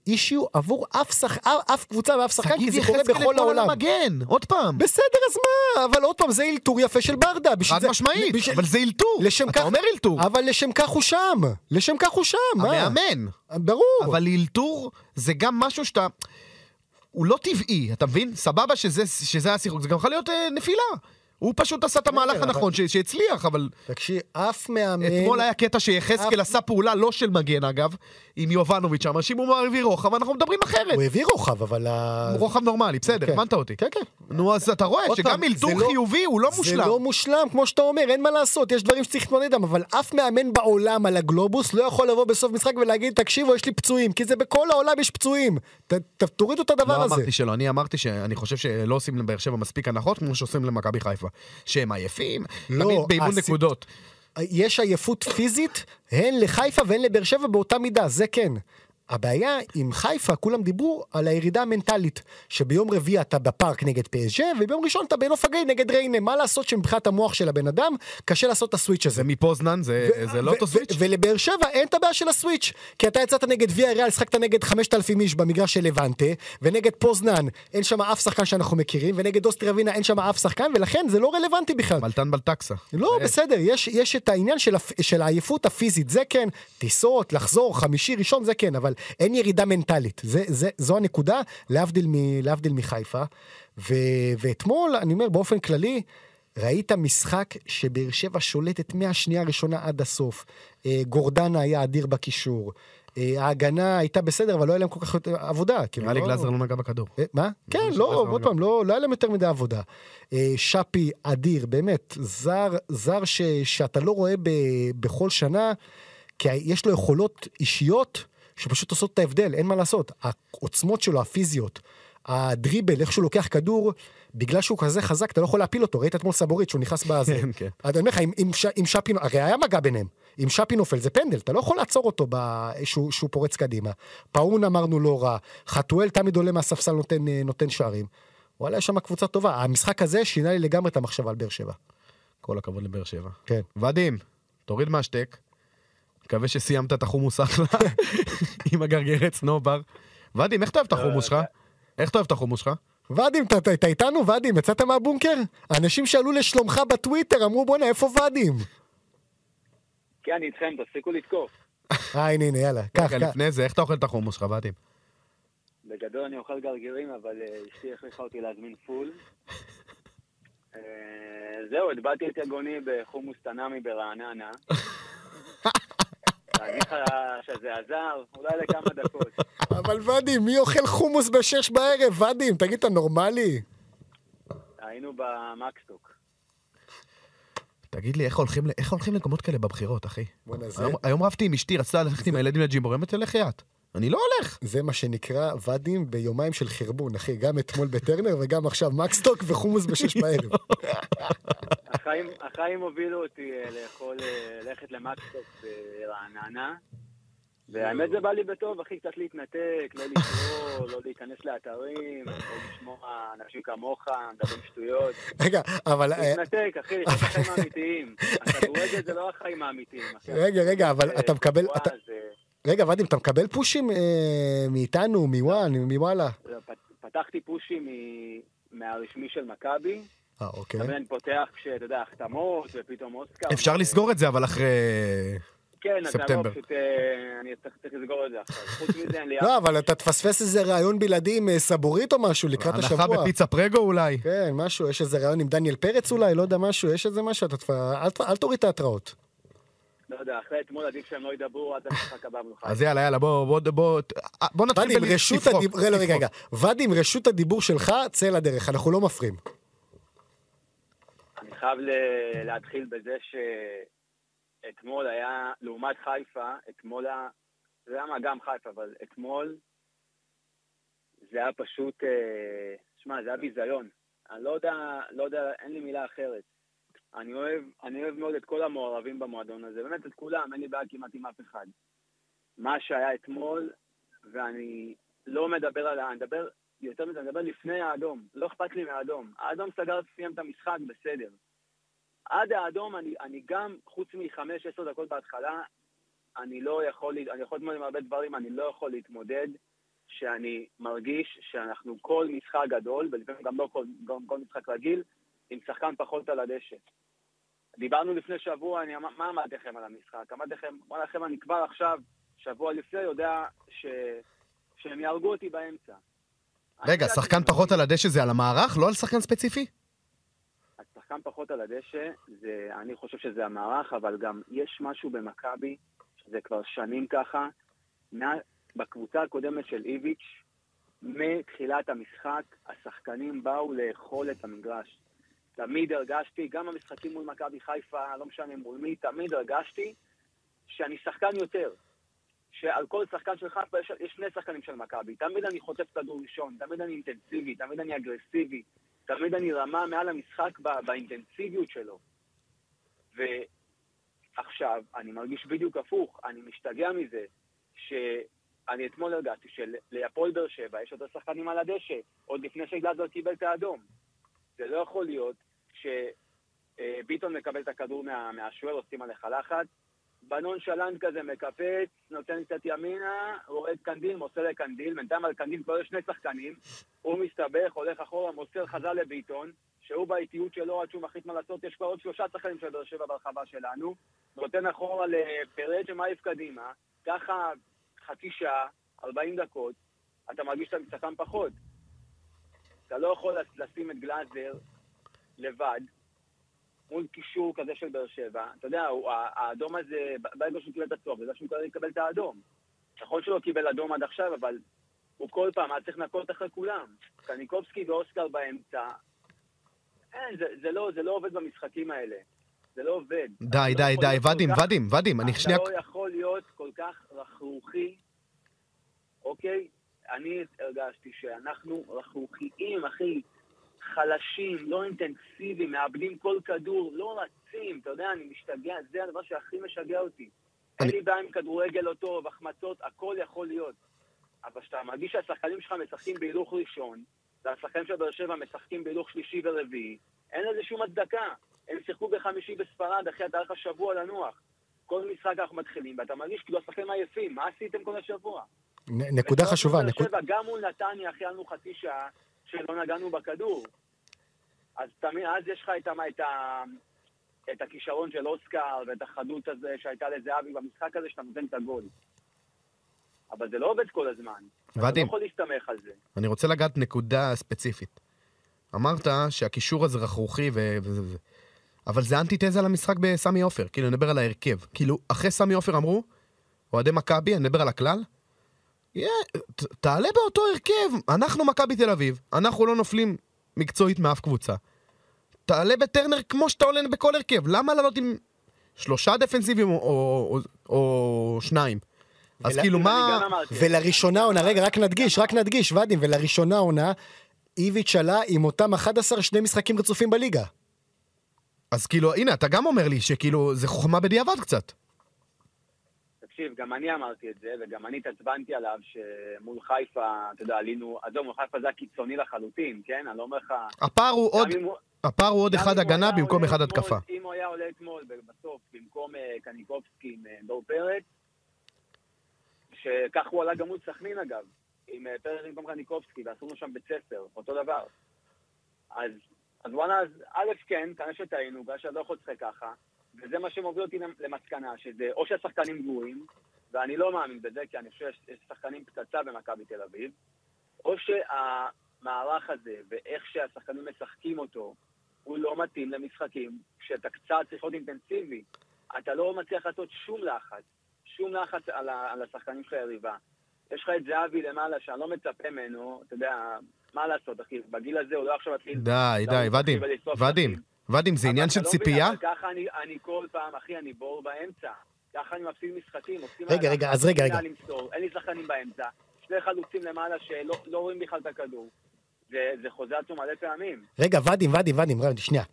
[SPEAKER 1] אישיו עבור אף שחק- אף- אף קבוצה ואף שחקן, כי זה קורה בכל העולם.
[SPEAKER 2] מגן, עוד פעם.
[SPEAKER 1] בסדר, אז מה? אבל עוד פעם, זה אלתור יפה של ברדה. בשביל
[SPEAKER 2] חד
[SPEAKER 1] זה-
[SPEAKER 2] משמעית,
[SPEAKER 1] בשביל-
[SPEAKER 2] אבל זה אלתור.
[SPEAKER 1] לשם
[SPEAKER 2] אתה
[SPEAKER 1] כך-
[SPEAKER 2] אומר אלתור.
[SPEAKER 1] אבל לשם כך הוא שם. לשם כך הוא שם, מה?
[SPEAKER 2] המאמן.
[SPEAKER 1] ברור.
[SPEAKER 2] אבל אלתור זה גם משהו שאתה... הוא לא טבעי, אתה מבין? סבבה שזה, שזה היה שיחוק, זה גם יכול להיות אה, נפילה. הוא פשוט עשה את המהלך
[SPEAKER 1] בסדר, אה,
[SPEAKER 2] הנכון ש- שהצליח, אבל
[SPEAKER 1] תקשיב, אף מאמן...
[SPEAKER 2] אתמול היה קטע שיחזקאל
[SPEAKER 1] אף-
[SPEAKER 2] עשה פעולה לא של מגן אגב, עם יובנוביץ' שם, שאם הוא מעביר רוחב, אנחנו מדברים אחרת.
[SPEAKER 1] הוא הביא רוחב, אבל... ה-
[SPEAKER 2] רוחב נורמלי, בסדר,
[SPEAKER 1] כן.
[SPEAKER 2] הבנת אותי.
[SPEAKER 1] כן, כן.
[SPEAKER 2] נו, אז אתה רואה
[SPEAKER 1] עוד
[SPEAKER 2] שגם
[SPEAKER 1] פעם,
[SPEAKER 2] אלתור
[SPEAKER 1] זה לא-
[SPEAKER 2] חיובי הוא לא
[SPEAKER 1] זה
[SPEAKER 2] מושלם.
[SPEAKER 1] לא מושלם, כמו שאתה אומר, אין מה לעשות, יש דברים שצריך להתמודד איתם, אבל אף מאמן בעולם על הגלובוס לא יכול לבוא בסוף משחק ולהגיד, תקשיבו, יש לי פצועים, כי זה בכל העולם יש פצועים. ת- ת- תורידו את הדבר
[SPEAKER 2] לא
[SPEAKER 1] הזה.
[SPEAKER 2] אמרתי שלא, אני אמרתי שאני חושב שלא עושים לבאר שבע מספיק הנחות כמו שעושים למכבי חיפה. שהם עייפים,
[SPEAKER 1] לא,
[SPEAKER 2] תמיד באימון
[SPEAKER 1] הסיפ-
[SPEAKER 2] נקודות.
[SPEAKER 1] יש עייפות פיזית, הן לחיפה והן לבאר שבע באותה מידה, זה כן. הבעיה עם חיפה, כולם דיברו על הירידה המנטלית, שביום רביעי אתה בפארק נגד פסג' וביום ראשון אתה בנוף הגליל נגד ריינה, מה לעשות שמבחינת המוח של הבן אדם, קשה לעשות את הסוויץ' הזה.
[SPEAKER 2] זה מפוזנן, זה זה לא
[SPEAKER 1] ו-
[SPEAKER 2] אותו סוויץ'.
[SPEAKER 1] ו- ולבאר שבע אין את הבעיה של הסוויץ', כי אתה יצאת נגד ויה ריאל, שחקת נגד 5,000 איש במגרש של לבנטה, ונגד פוזנן אין שם אף שחקן שאנחנו מכירים, ונגד אוסטריה ווינה אין שם אף שחקן, ולכן זה לא רלוונטי בכלל.
[SPEAKER 2] מלטן בלטקסה.
[SPEAKER 1] לא, בסדר, יש, יש את העניין של, הפ... של העייפות הפיזית, זה כן, טיסות, לחזור, חמישי, ראשון, זה כן, אבל אין ירידה מנטלית. זה, זה, זו הנקודה, להבדיל, מ... להבדיל מחיפה. ו... ואתמול, אני אומר, באופן כללי, ראית משחק שבאר שבע שולטת מהשנייה הראשונה עד הסוף. אה, גורדנה היה אדיר בקישור. אה, ההגנה הייתה בסדר, אבל לא היה להם כל כך יותר עבודה. כאילו,
[SPEAKER 2] נראה לי
[SPEAKER 1] לא-
[SPEAKER 2] גלאזר לא נגע בכדור.
[SPEAKER 1] אה, מה? כן,
[SPEAKER 2] שזה
[SPEAKER 1] לא,
[SPEAKER 2] עזר
[SPEAKER 1] עוד
[SPEAKER 2] גם.
[SPEAKER 1] פעם, לא לא היה להם יותר מדי עבודה. אה, שפי אדיר, באמת, זר, זר ש- שאתה לא רואה ב- בכל שנה, כי יש לו יכולות אישיות שפשוט עושות את ההבדל, אין מה לעשות. העוצמות שלו, הפיזיות, הדריבל, איך שהוא לוקח כדור, בגלל שהוא כזה חזק, אתה לא יכול להפיל אותו. ראית אתמול סבורית שהוא נכנס בזה.
[SPEAKER 2] כן, כן.
[SPEAKER 1] אז אני אומר לך, אם- אם ש- אם שפי, הרי היה מגע ביניהם. אם שפי נופל זה פנדל, אתה לא יכול לעצור אותו ב... שהוא, שהוא פורץ קדימה. פאון אמרנו לא רע, חתואל תמיד עולה מהספסל נותן, אה, נותן שערים. וואלה, יש שם קבוצה טובה. המשחק הזה שינה לי לגמרי את המחשבה על באר שבע.
[SPEAKER 2] כל הכבוד לבאר שבע.
[SPEAKER 1] כן.
[SPEAKER 2] ודים, תוריד מהשטק. מקווה שסיימת את החומוס אחלה עם הגרגרי צנובר. ודים, איך אתה אוהב את החומוס
[SPEAKER 1] אה,
[SPEAKER 2] שלך? איך אתה אוהב את החומוס שלך?
[SPEAKER 1] ואדים, אתה- אתה אתה איתנו? ואדים, יצאת מהבונקר? אנשים שאלו לשלומך בטוויטר, אמרו בואנה, איפה ואדים?
[SPEAKER 3] כן, אני איתכם, תפסיקו לתקוף.
[SPEAKER 1] אה, הנה, הנה, יאללה, קח,
[SPEAKER 2] רגע,
[SPEAKER 1] קח.
[SPEAKER 2] לפני זה, איך אתה אוכל את החומוס שלך, ודים?
[SPEAKER 3] בגדול אני אוכל גרגירים, אבל אה, אשתי הכריחה אותי להזמין פול. אה, זהו, הטבעתי את יגוני בחומוס תנאמי ברעננה. להגיד לך שזה עזר? אולי לכמה דקות.
[SPEAKER 1] אבל ואדים, מי אוכל חומוס בשש בערב? ואדים, תגיד, אתה נורמלי?
[SPEAKER 3] היינו במקסטוק.
[SPEAKER 2] תגיד לי, איך הולכים, ל- איך הולכים למקומות כאלה בבחירות, אחי?
[SPEAKER 1] בואנה, זה-
[SPEAKER 2] היום, היום רבתי עם אשתי, רצתה ללכת עם הילדים לג'ימבור, היא אומרת, לך יד. אני לא הולך.
[SPEAKER 1] זה מה שנקרא ואדים ביומיים של חרבון, אחי. גם אתמול בטרנר וגם עכשיו מקסטוק וחומוס בשש בערב.
[SPEAKER 3] החיים, החיים הובילו אותי אה, לאכול, אה, ללכת למקסטופ ברעננה. והאמת זה בא לי בטוב, אחי, קצת להתנתק, לא לקרוא, לא להיכנס לאתרים, לא לשמוע אנשים כמוך, מדברים שטויות.
[SPEAKER 1] רגע, אבל... אה,
[SPEAKER 3] להתנתק, אחי, זה החיים האמיתיים. הכדורגל זה לא החיים האמיתיים,
[SPEAKER 2] כן.
[SPEAKER 3] אחי. אה,
[SPEAKER 1] רגע, רגע, אבל
[SPEAKER 3] זה
[SPEAKER 2] אה,
[SPEAKER 1] אתה מקבל...
[SPEAKER 3] תנועה,
[SPEAKER 1] אתה-
[SPEAKER 3] זה-
[SPEAKER 1] רגע, ואדים, אתה מקבל פושים אה, מאיתנו, מוואן, מוואלה?
[SPEAKER 3] לא, פת- פתחתי פושים מ- מהרשמי של מכבי,
[SPEAKER 1] אה, אוקיי.
[SPEAKER 3] אבל אני פותח כשאתה יודע, החתמות, ופתאום אוסקר.
[SPEAKER 2] אפשר
[SPEAKER 3] ו-
[SPEAKER 2] לסגור את זה, אבל אחרי...
[SPEAKER 3] כן, אז אני
[SPEAKER 2] ספטמבר.
[SPEAKER 3] לא פשוט... אה, אני צריך צריך לסגור את זה עכשיו. חוץ מזה, אין לי...
[SPEAKER 1] לא, אבל אתה תפספס איזה ראיון בלעדי עם אה, סבורית או משהו לקראת השבוע.
[SPEAKER 2] הנחה בפיצה פרגו אולי.
[SPEAKER 1] כן, משהו, יש איזה ראיון עם דניאל פרץ אולי, לא יודע, משהו, יש איזה משהו, אתה תפ... אל, ת- אל תוריד את ההתראות.
[SPEAKER 3] לא יודע, אחרי אתמול עדיף שהם לא ידברו עד המשחק הבא במיוחד.
[SPEAKER 2] אז יאללה, יאללה, בוא, בוא, בוא, אה, בוא
[SPEAKER 1] ואדי,
[SPEAKER 2] נתחיל
[SPEAKER 1] עם רשות
[SPEAKER 2] תפרוק,
[SPEAKER 1] הדיבור, רגע, רגע,
[SPEAKER 2] תפרוק.
[SPEAKER 1] רגע, ואדי, עם רשות הדיבור שלך, צא לדרך, אנחנו לא מפריעים.
[SPEAKER 3] אני חייב ל- להתחיל בזה שאתמול היה, לעומת חיפה, אתמול היה, זה היה מה, גם חיפה, אבל אתמול זה היה פשוט, אה, שמע, זה היה ביזיון. אני לא יודע, לא יודע, אין לי מילה אחרת. אני אוהב, אני אוהב מאוד את כל המעורבים במועדון הזה, באמת את כולם, אין לי בעיה כמעט עם אף אחד. מה שהיה אתמול, ואני לא מדבר על ה... אני מדבר יותר מזה, אני מדבר לפני האדום. לא אכפת לי מהאדום. האדום סגר, סיים את המשחק, בסדר. עד האדום, אני, אני גם, חוץ מחמש, עשר דקות בהתחלה, אני לא יכול, להת- אני יכול להתמודד עם הרבה דברים, אני לא יכול להתמודד שאני מרגיש שאנחנו כל משחק גדול, ולפעמים גם לא כל, גם כל משחק רגיל, עם שחקן פחות על הדשא. דיברנו לפני שבוע, אני, אמר- מה אמרתי לכם על המשחק? אמרתי לכם, וואלה לכם, אני כבר עכשיו, שבוע לפני, יודע ש, שהם יהרגו אותי באמצע.
[SPEAKER 2] רגע,
[SPEAKER 3] אני
[SPEAKER 2] שחקן
[SPEAKER 3] ידעתי-
[SPEAKER 2] פחות על הדשא זה על המערך, לא על שחקן ספציפי?
[SPEAKER 3] השחקן פחות על הדשא, זה, אני חושב שזה המערך, אבל גם יש משהו במכבי, שזה כבר שנים ככה, מה, בקבוצה הקודמת של איביץ', מתחילת המשחק, השחקנים באו לאכול את המגרש. תמיד הרגשתי, גם במשחקים מול מכבי חיפה, לא משנה מול מי, תמיד הרגשתי שאני שחקן יותר. שעל כל שחקן של חיפה יש, יש שני שחקנים של מכבי. תמיד אני חוטף כדור ראשון, תמיד אני אינטנסיבי, תמיד אני אגרסיבי, תמיד אני רמה מעל המשחק ב, באינטנסיביות שלו. ועכשיו, אני מרגיש בדיוק הפוך, אני משתגע מזה, שאני אתמול הרגשתי שלהפועל באר שבע יש יותר שחקנים על הדשא, עוד לפני שגלזר קיבל את האדום. זה לא יכול להיות שביטון מקבל את הכדור מה, מהשוער, עושים עליך לחץ, בנונשלנט כזה מקפץ, נותן קצת ימינה, רואה את קנדיל, מוסר לקנדיל, בינתיים על קנדיל כבר יש שני שחקנים, הוא מסתבך, הולך אחורה, מוסר חזר לביטון, שהוא באיטיות שלו, עד שהוא מחליט מה לעשות, יש כבר עוד שלושה שחקנים של באר שבע ברחבה שלנו, נותן אחורה לפרד שמעיף קדימה, ככה חצי שעה, 40 דקות, אתה מרגיש שאתה משחקן פחות. אתה לא יכול לש- לשים את גלאזר לבד, מול קישור כזה של באר שבע, אתה יודע, הוא- ה- האדום הזה, ב- ברגע שהוא קיבל את הצהוב, בגלל שהוא קיבל את האדום. נכון שלא קיבל אדום עד עכשיו, אבל הוא כל פעם היה צריך לנקות אחרי כולם. קניקובסקי ואוסקר באמצע. אין, זה, זה, לא, זה לא עובד במשחקים האלה. זה לא עובד.
[SPEAKER 2] די,
[SPEAKER 3] אתה לא
[SPEAKER 2] די,
[SPEAKER 3] יכול
[SPEAKER 2] די,
[SPEAKER 3] להיות כל
[SPEAKER 2] ודים,
[SPEAKER 3] כך-
[SPEAKER 2] ודים, ודים, אני שנייה...
[SPEAKER 3] אתה לא יכול להיות כל כך רכרוכי, אוקיי? אני הרגשתי שאנחנו רכרוכיים, אחי, חלשים, לא אינטנסיביים, מאבדים כל כדור, לא רצים, אתה יודע, אני משתגע, זה הדבר שהכי משגע אותי. אין
[SPEAKER 2] אני-
[SPEAKER 3] לי בעיה עם כדורגל לא טוב, החמצות, הכל יכול להיות. אבל כשאתה מרגיש שהשחקנים שלך משחקים בהילוך ראשון, והשחקנים של באר שבע משחקים בהילוך שלישי ורביעי, אין לזה שום הצדקה. הם שיחקו בחמישי בספרד, אחי, אתה היה לך שבוע לנוח. כל משחק אנחנו מתחילים, ואתה מרגיש כאילו השחקנים עייפים, מה עשיתם כל השבוע?
[SPEAKER 1] נ- נקודה
[SPEAKER 3] ושלוש
[SPEAKER 1] חשובה,
[SPEAKER 3] מול באר
[SPEAKER 1] נקוד...
[SPEAKER 3] שבע, גם מול נתניה, אחי, היה לנו חצי שעה שלא נגענו בכדור. אז תמיד, אז יש לך את, ה- את, ה- את הכישרון של אוסקר, ואת החדות הזה שהייתה לזהבי במשחק הזה, שאתה נותן את הגול. אבל זה לא עובד כל הזמן. אתה לא
[SPEAKER 2] ודים,
[SPEAKER 3] יכול להסתמך על זה.
[SPEAKER 2] אני רוצה לגעת נקודה ספציפית. אמרת שהקישור הזה רכרוכי ו... וזה וזה. אבל זה אנטיתזה למשחק בסמי עופר, כאילו, אני מדבר על ההרכב. כאילו, אחרי סמי עופר אמרו, אוהדי מכבי, אני מדבר על הכלל, "יא, ת- תעלה באותו הרכב, אנחנו מכבי תל אביב, אנחנו לא נופלים מקצועית מאף קבוצה. תעלה בטרנר כמו שאתה עולה בכל הרכב. למה לעלות עם שלושה דפנסיבים או, או, או, או שניים? אז
[SPEAKER 1] ול-
[SPEAKER 2] כאילו מה...
[SPEAKER 3] אני גם אמרתי.
[SPEAKER 1] ולראשונה עונה, רגע, רק נדגיש, רק נדגיש, ואדים, ולראשונה עונה, איביץ' עלה עם אותם 11 שני משחקים רצופים בליגה.
[SPEAKER 2] אז כאילו, הנה, אתה גם אומר לי שכאילו, זה חוכמה בדיעבד קצת.
[SPEAKER 3] תקשיב, גם אני אמרתי את זה, וגם אני התעצבנתי עליו שמול חיפה, אתה יודע, עלינו, עזוב, מול חיפה זה היה קיצוני לחלוטין, כן? אני לא אומר לך...
[SPEAKER 2] הפער הוא עוד,
[SPEAKER 3] גם אם הוא-
[SPEAKER 2] הפער הוא עוד
[SPEAKER 3] גם
[SPEAKER 2] אחד
[SPEAKER 3] אם הוא
[SPEAKER 2] הגנה
[SPEAKER 3] היה
[SPEAKER 2] במקום
[SPEAKER 3] עולה
[SPEAKER 2] אחד
[SPEAKER 3] אתמול-
[SPEAKER 2] התקפה.
[SPEAKER 3] אם הוא היה עולה אתמול, בסוף, במקום אה, קניקובסקי עם אה, דור פרץ, שכך הוא עלה גם מול סכנין אגב, עם אה, פרץ במקום קניקובסקי, ועשו לנו שם בית ספר, אותו דבר. אז, אז וואלה, אז א', כן, כנראה שטעינו, בגלל שאני לא יכול לשחק ככה, וזה מה שמוביל אותי למ- למסקנה, שזה או שהשחקנים גרועים, ואני לא מאמין בזה, כי אני חושב שיש יש שחקנים פצצה במכבי תל אביב, או שהמערך הזה, ואיך שהשחקנים משחקים אותו, הוא לא מתאים למשחקים שאתה קצת צריך להיות אינטנסיבי. אתה לא מצליח לעשות שום לחץ, שום לחץ על, ה, על השחקנים של היריבה. יש לך את זהבי למעלה, שאני לא מצפה ממנו, אתה יודע, מה לעשות, אחי, בגיל הזה הוא לא עכשיו מתחיל...
[SPEAKER 2] די,
[SPEAKER 3] לעוף
[SPEAKER 2] די,
[SPEAKER 3] אחי
[SPEAKER 2] ואדים,
[SPEAKER 3] ולשרוף
[SPEAKER 2] ואדים,
[SPEAKER 3] אחי.
[SPEAKER 2] ואדים, זה
[SPEAKER 3] אבל
[SPEAKER 2] עניין
[SPEAKER 3] אתה
[SPEAKER 2] של
[SPEAKER 3] לא מבין,
[SPEAKER 2] ציפייה?
[SPEAKER 3] אבל ככה אני, אני כל פעם, אחי, אני בור באמצע. ככה אני מפסיד משחקים. עושים
[SPEAKER 1] רגע,
[SPEAKER 3] מהלך,
[SPEAKER 1] רגע, אז רגע,
[SPEAKER 3] אין
[SPEAKER 1] רגע.
[SPEAKER 3] לאן למסור, אין לי שחקנים באמצע. שני חלוצים למעלה שלא לא רואים בכלל את הכדור. זה, זה חוזר עצמו מלא פעמים.
[SPEAKER 1] רגע, ואדים, ואדים, ואדים, רגע, שנייה.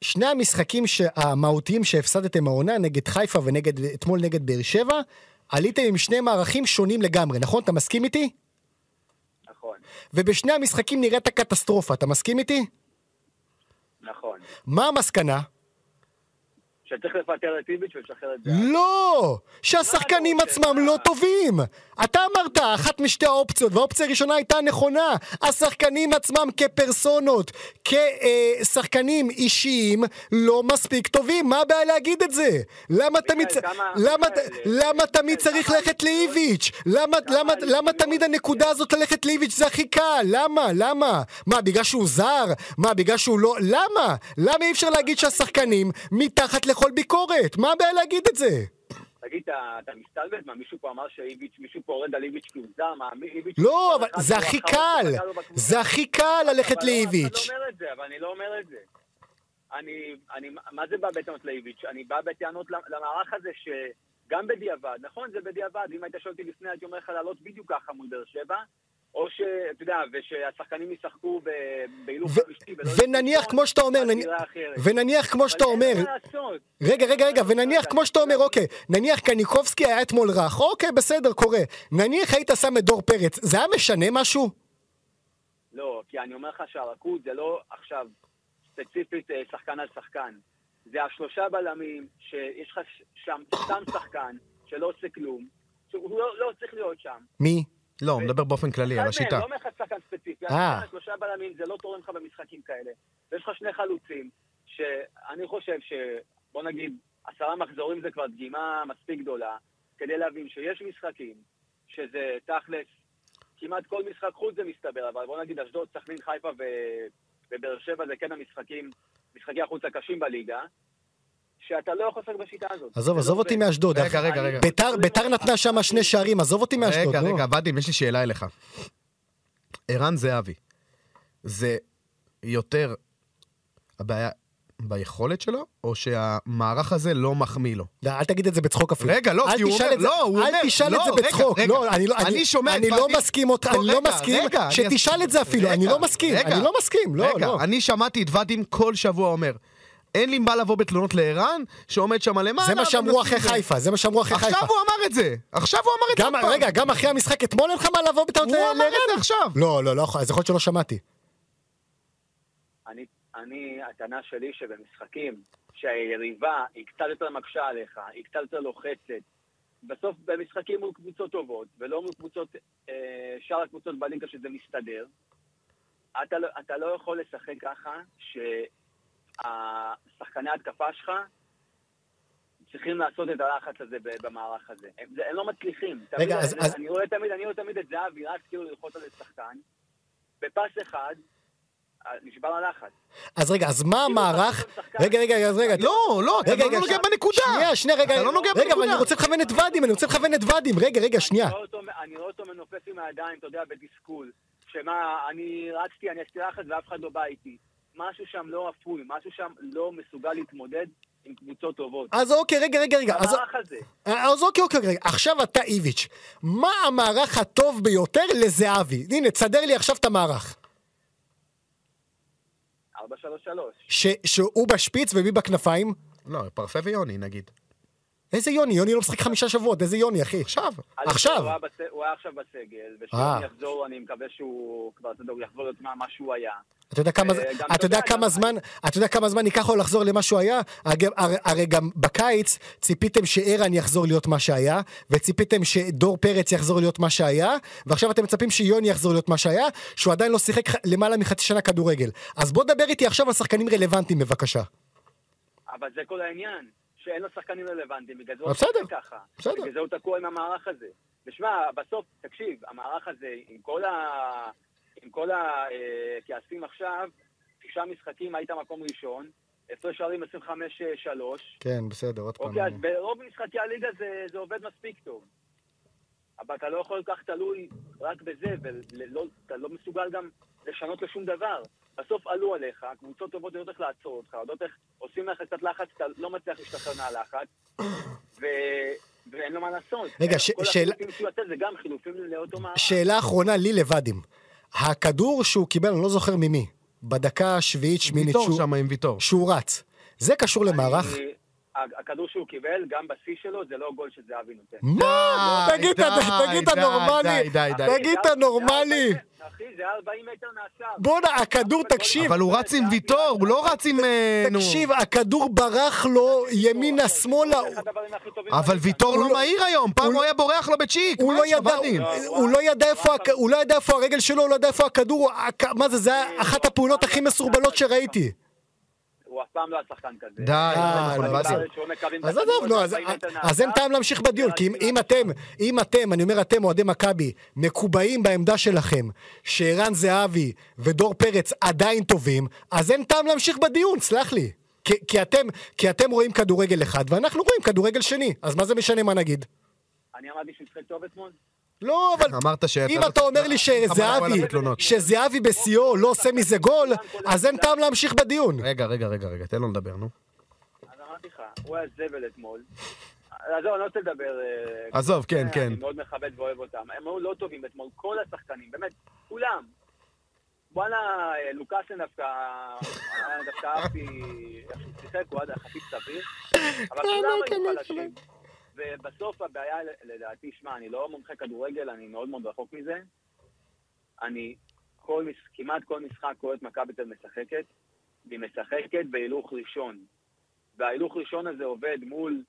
[SPEAKER 1] שני המשחקים ש- המהותיים שהפסדתם העונה, נגד חיפה ונגד, אתמול נגד באר שבע, עליתם עם שני מערכים שונים לגמרי, נכון? אתה מסכים איתי?
[SPEAKER 3] נכון,
[SPEAKER 1] ובשני המשחקים נראית קטסטרופה, אתה מסכים איתי?
[SPEAKER 3] נכון.
[SPEAKER 1] מה המסקנה?
[SPEAKER 3] שצריך לפטר את איביץ' ולשחרר את זה.
[SPEAKER 1] לא! שהשחקנים
[SPEAKER 3] לא,
[SPEAKER 1] עצמם
[SPEAKER 3] שאלה.
[SPEAKER 1] לא טובים! אתה אמרת, אחת משתי האופציות, והאופציה הראשונה הייתה הנכונה. השחקנים עצמם כפרסונות, כשחקנים אישיים, לא מספיק טובים. מה הבעיה להגיד את זה? למה תמיד צ-
[SPEAKER 3] כמה-
[SPEAKER 1] למה
[SPEAKER 3] מיכאל,
[SPEAKER 1] ת- למה תמיד
[SPEAKER 3] מיכאל,
[SPEAKER 1] צריך
[SPEAKER 3] כמה
[SPEAKER 1] ללכת
[SPEAKER 3] אליפויות?
[SPEAKER 1] לאיביץ'? למה-
[SPEAKER 3] כמה
[SPEAKER 1] למה- למה
[SPEAKER 3] אליפויות?
[SPEAKER 1] תמיד הנקודה
[SPEAKER 3] כאילו-
[SPEAKER 1] הזאת ללכת לאיביץ'? זה הכי קל. למה? למה? מה, בגלל שהוא זר? מה, בגלל שהוא לא... למה? למה אי אפשר להגיד שהשחקנים מתחת לכל ביקורת? מה הבעיה להגיד את זה?
[SPEAKER 3] תגיד, אתה- אתה מסתלבט? מה, מישהו פה אמר שאיביץ', מישהו פה יורד על איביץ' כי הוא זר? מה, מי- איביץ'...
[SPEAKER 1] לא, אבל
[SPEAKER 3] אחד
[SPEAKER 1] זה
[SPEAKER 3] הוא
[SPEAKER 1] הכי
[SPEAKER 3] האחרון
[SPEAKER 1] קל.
[SPEAKER 3] שפגע לו לא בקבוצה.
[SPEAKER 1] זה הכי קל ללכת
[SPEAKER 3] אבל לא,
[SPEAKER 1] לאיביץ'.
[SPEAKER 3] אתה לא אומר את זה, אבל אני לא אומר את זה. אני, אני, מה זה בא בטענות לאיביץ'? אני בא בטענות למ- למערך הזה שגם בדיעבד, נכון, זה בדיעבד, אם היית שואל אותי לפני, הייתי אומר לך לעלות בדיוק ככה מול באר שבע, או שאתה יודע, ושהשחקנים ישחקו ב- בהילוך
[SPEAKER 1] ו-
[SPEAKER 3] חמישי ולא...
[SPEAKER 1] ונניח, כמו שאתה אומר, נניח- ונניח כמו שאתה אומר... רגע, רגע, רגע,
[SPEAKER 3] לא
[SPEAKER 1] ונניח, כמו שאתה אומר, אוקיי, נניח קניקובסקי היה אתמול רך, אוקיי, בסדר, קורה. נניח היית שם את דור פרץ, זה היה משנה משהו?
[SPEAKER 3] לא, כי אני אומר לך שהרקוד זה לא עכשיו ספציפית אה, שחקן על שחקן. זה השלושה בלמים שיש לך ש- שם סתם שחקן שלא עושה כלום, שהוא לא, לא צריך להיות שם.
[SPEAKER 1] מי?
[SPEAKER 2] לא, הוא מדבר באופן כללי, על
[SPEAKER 3] אחד מהם,
[SPEAKER 2] השיטה.
[SPEAKER 3] לא אומר לך שחקן ספציפי.
[SPEAKER 1] אה.
[SPEAKER 3] אה. שלושה בלמים, זה לא תורם לך במשחקים כאלה. ויש לך שני חלוצים, שאני חושב ש... בוא נגיד, עשרה מחזורים זה כבר דגימה מספיק גדולה, כדי להבין שיש משחקים, שזה תכלס, כמעט כל משחק חוץ זה מסתבר, אבל בוא נגיד אשדוד, סכנין, חיפה ו... ובאר שבע זה כן המשחקים, משחקי החוץ הקשים בליגה, שאתה לא יכול לשחק בשיטה הזאת.
[SPEAKER 1] עזוב,
[SPEAKER 3] זה
[SPEAKER 1] עזוב
[SPEAKER 3] לא
[SPEAKER 1] אותי
[SPEAKER 3] עובד.
[SPEAKER 1] מאשדוד.
[SPEAKER 2] רגע, רגע, רגע.
[SPEAKER 1] ביתר- ביתר נתנה שם שני שערים, עזוב אותי מאשדוד,
[SPEAKER 2] רגע,
[SPEAKER 1] נו.
[SPEAKER 2] רגע, ואדים, יש לי שאלה אליך. ערן זהבי, זה יותר הבעיה ביכולת שלו, או שהמערך הזה לא מחמיא לו?
[SPEAKER 1] לא, אל תגיד את זה בצחוק אפילו.
[SPEAKER 2] רגע, לא,
[SPEAKER 1] אל
[SPEAKER 2] כי הוא
[SPEAKER 1] תשאל
[SPEAKER 2] אומר-
[SPEAKER 1] את זה-
[SPEAKER 2] לא, הוא אומר-
[SPEAKER 1] אל תשאל את
[SPEAKER 2] לא,
[SPEAKER 1] זה
[SPEAKER 2] רגע,
[SPEAKER 1] בצחוק.
[SPEAKER 2] רגע.
[SPEAKER 1] לא, אני לא-
[SPEAKER 2] אני שומע את
[SPEAKER 1] אני לא
[SPEAKER 2] ואדי-
[SPEAKER 1] מסכים אותך,
[SPEAKER 2] לא,
[SPEAKER 1] אני לא
[SPEAKER 2] רגע,
[SPEAKER 1] מסכים
[SPEAKER 2] רגע, אני-
[SPEAKER 1] שתשאל את זה אפילו,
[SPEAKER 2] רגע,
[SPEAKER 1] אני לא מסכים,
[SPEAKER 2] רגע.
[SPEAKER 1] אני לא מסכים, לא,
[SPEAKER 2] רגע,
[SPEAKER 1] לא.
[SPEAKER 2] אני שמעתי את ואדים כל שבוע אומר, אין לי מה לבוא בתלונות לערן, שעומד שם למעלה.
[SPEAKER 1] זה מה שאמרו
[SPEAKER 2] ומנסים
[SPEAKER 1] אחרי
[SPEAKER 2] זה."
[SPEAKER 1] חיפה, זה מה שאמרו אחרי
[SPEAKER 2] עכשיו
[SPEAKER 1] חיפה.
[SPEAKER 2] הוא אמר את זה, עכשיו הוא אמר את זה
[SPEAKER 1] גם,
[SPEAKER 2] עוד פעם.
[SPEAKER 1] רגע, גם אחרי המשחק אתמול אין לך מה לבוא בטענות
[SPEAKER 2] הוא
[SPEAKER 1] ל-
[SPEAKER 2] אמר את
[SPEAKER 1] לערן?
[SPEAKER 2] זה עכשיו.
[SPEAKER 1] לא, לא, לא, יכול- אז יכול להיות שלא שמעתי.
[SPEAKER 3] אני, אני, הטענה שלי שבמשחקים שהיריבה היא קצת יותר מקשה עליך, היא קצת יותר לוחצת, בסוף במשחקים מול קבוצות טובות, ולא מול קבוצות, אה, שאר הקבוצות בליגה שזה מסתדר, אתה, לא- אתה לא יכול לשחק ככה שהשחקני ההתקפה שלך צריכים לעשות את הלחץ הזה ב- במערך הזה. הם, זה- הם לא מצליחים.
[SPEAKER 1] רגע,
[SPEAKER 3] תמיד-
[SPEAKER 1] אז-
[SPEAKER 3] אני,
[SPEAKER 1] אז-
[SPEAKER 3] אני רואה תמיד, אני רואה תמיד את זהבי, רק כאילו ללחוץ על השחקן, בפס אחד, אה, נשבר הלחץ.
[SPEAKER 1] אז רגע, אז מה המערך? רגע, רגע, רגע, אז רגע.
[SPEAKER 2] לא, לא, אתה
[SPEAKER 1] רגע,
[SPEAKER 2] לא
[SPEAKER 1] רגע,
[SPEAKER 2] נוגע
[SPEAKER 1] שנייה,
[SPEAKER 2] בנקודה.
[SPEAKER 1] שנייה, שנייה, רגע.
[SPEAKER 2] אתה לא נוגע
[SPEAKER 1] רגע, אבל
[SPEAKER 2] בנקודה.
[SPEAKER 1] אני רוצה לכוון את ואדים, אני רוצה לכוון את ואדים. רגע, רגע, אה, שנייה.
[SPEAKER 3] אני רואה אותו- אני רואה אותו מנופף עם הידיים, אתה יודע, בתסכול. שמה, אני רצתי, אני עשיתי לחץ ואף אחד לא בא איתי. משהו שם לא אפוי, משהו שם לא מסוגל להתמודד עם קבוצות טובות.
[SPEAKER 1] אז אוקיי, רגע, רגע, רגע. אז,
[SPEAKER 3] המערך הזה,
[SPEAKER 1] אז אוקיי, אוקיי, רגע. עכשיו אתה איביץ'. מה המערך הטוב ביותר לזהבי? הנה, תסדר לי עכשיו את המערך.
[SPEAKER 3] 433.
[SPEAKER 1] ש, שהוא בשפיץ ומי בכנפיים?
[SPEAKER 2] לא, פרפה ויוני נגיד.
[SPEAKER 1] איזה יוני? יוני לא משחק חמישה שבועות, איזה יוני, אחי?
[SPEAKER 2] עכשיו.
[SPEAKER 3] אלף,
[SPEAKER 1] עכשיו.
[SPEAKER 3] הוא היה בס- הוא היה עכשיו בסגל,
[SPEAKER 1] אה.
[SPEAKER 3] ושהוא יחזור, אני מקווה שהוא כבר, אתה יודע, הוא יחזור להיות מה מה שהוא היה.
[SPEAKER 1] אתה יודע כמה,
[SPEAKER 3] אה,
[SPEAKER 1] זה-
[SPEAKER 3] גם
[SPEAKER 1] אתה יודע
[SPEAKER 3] יודע,
[SPEAKER 1] כמה
[SPEAKER 3] גם-
[SPEAKER 1] זמן, אתה יודע כמה זמן ייקח לו לחזור למה שהוא היה? אגב, הר- הרי גם בקיץ ציפיתם שערן יחזור להיות מה שהיה, וציפיתם שדור פרץ יחזור להיות מה שהיה, ועכשיו אתם מצפים שיוני יחזור להיות מה שהיה, שהוא עדיין לא שיחק ח- למעלה מחצי שנה כדורגל. אז בוא דבר איתי עכשיו על שחקנים רלוונטיים בבקשה.
[SPEAKER 3] אבל זה כל העניין, שאין לו שחקנים רלוונטיים, בגלל זה הוא
[SPEAKER 1] אבל בסדר,
[SPEAKER 3] משחק ככה.
[SPEAKER 1] בסדר.
[SPEAKER 3] בגלל זה הוא תקוע עם המערך הזה. ושמע, בסוף, תקשיב, המערך הזה, עם כל ה... עם כל הכעסים עכשיו, שישה משחקים, היית מקום ראשון, עשרה שערים אה, 25-3,
[SPEAKER 1] כן, בסדר, עוד פעם.
[SPEAKER 3] אוקיי, אז ברוב משחקי הליגה זה, זה עובד מספיק טוב. אבל אתה לא יכול להיות כך תלוי רק בזה, ואתה לא מסוגל גם לשנות לשום דבר. בסוף עלו עליך, קבוצות טובות יודעות איך לעצור אותך, יודעות איך עושים לך קצת לחץ, אתה לא מצליח להשתחרר מהלחץ, ו... ואין לו מה לעשות.
[SPEAKER 1] רגע, ש-
[SPEAKER 3] כל
[SPEAKER 1] שאלה-
[SPEAKER 3] החילופים שהוא יוצא זה גם חילופים לאותו מערך.
[SPEAKER 1] שאלה אחרונה לי לבדים. הכדור שהוא קיבל, אני לא זוכר ממי, בדקה השביעית, שמינית,
[SPEAKER 2] ויטור
[SPEAKER 1] שהוא-
[SPEAKER 2] שם עם ויטור.
[SPEAKER 1] שהוא רץ. זה קשור למערך?
[SPEAKER 3] אני- אה, הכדור שהוא קיבל, גם בשיא שלו, זה לא גול שזהבי נותן.
[SPEAKER 1] מה?
[SPEAKER 2] די,
[SPEAKER 1] תגיד, אתה-
[SPEAKER 2] די,
[SPEAKER 1] תגיד, אתה
[SPEAKER 2] די,
[SPEAKER 1] נורמלי?
[SPEAKER 2] די, די, די.
[SPEAKER 1] תגיד, אתה נורמלי?
[SPEAKER 3] אחי, זה היה 40 מטר מהשאר.
[SPEAKER 1] בואנה, הכדור, תקשיב,
[SPEAKER 2] אבל הוא רץ עם ויטור, הוא לא רץ עם... אה, נו.
[SPEAKER 1] תקשיב, הכדור ברח לו ימינה-שמאלה,
[SPEAKER 3] זה אחד הדברים הכי טובים
[SPEAKER 2] אבל
[SPEAKER 3] בליגה.
[SPEAKER 2] ויטור
[SPEAKER 1] הוא
[SPEAKER 2] לא
[SPEAKER 1] לא-
[SPEAKER 2] מהיר היום, פעם הוא היה בורח לו בצ'יק.
[SPEAKER 1] הוא
[SPEAKER 2] מה
[SPEAKER 1] לא
[SPEAKER 2] יש,
[SPEAKER 1] ידע,
[SPEAKER 2] עבדים?
[SPEAKER 1] הוא לא ידע איפה, הכ- הוא לא ידע איפה הרגל שלו, הוא לא ידע איפה הכדור, הכ- מה זה, זה היה אחת הפעולות הכי מסורבלות שראיתי.
[SPEAKER 3] הוא אף פעם לא היה שחקן כזה.
[SPEAKER 2] די,
[SPEAKER 1] אה,
[SPEAKER 2] נכון,
[SPEAKER 1] לא,
[SPEAKER 2] באסל.
[SPEAKER 1] בסדר. אז עזוב, נו, אז- אז אין טעם להמשיך בדיון, כי אם- אם אתם, אם אתם, אני אומר אתם, אוהדי מכבי, מקובעים בעמדה שלכם, שערן זהבי ודור פרץ עדיין טובים, אז אין טעם להמשיך בדיון, סלח לי. כי, כי, אתם, כי אתם רואים כדורגל אחד, ואנחנו רואים כדורגל שני, אז מה זה משנה מה נגיד?
[SPEAKER 3] אני אמרתי שהוא משחק טוב אתמול?
[SPEAKER 1] לא, אבל...
[SPEAKER 2] אמרת שאתה
[SPEAKER 1] אם
[SPEAKER 2] לא-
[SPEAKER 1] אתה אומר לי
[SPEAKER 2] אבל לא
[SPEAKER 1] שזהבי,
[SPEAKER 2] עלינו תלונות.
[SPEAKER 1] שזהבי בשיאו לא עושה מזה גול, אז אין טעם להמשיך בדיון.
[SPEAKER 2] רגע, רגע, רגע, רגע, תן לו לדבר, נו.
[SPEAKER 3] אז אמרתי לך, הוא היה זבל אתמול. עזוב, אני לא רוצה לדבר... אה,
[SPEAKER 2] עזוב, כן,
[SPEAKER 3] אה,
[SPEAKER 2] כן.
[SPEAKER 3] אני מאוד מכבד ואוהב אותם. הם היו לא טובים אתמול, כל השחקנים, באמת, כולם. וואלה, אה, לוקאסן דווקא, אה, דווקא אהבתי איך שהוא שיחק, הוא היה יחסית סביר. אבל כולם היו חלשים. ובסוף הבעיה, לדעתי, שמע, אני לא מומחה כדורגל, אני מאוד מאוד רחוק מזה. אני כל, מש- כמעט כל משחק רואה את מכבי תל אביב משחקת, והיא משחקת בהילוך ראשון. וההילוך ראשון הזה עובד מול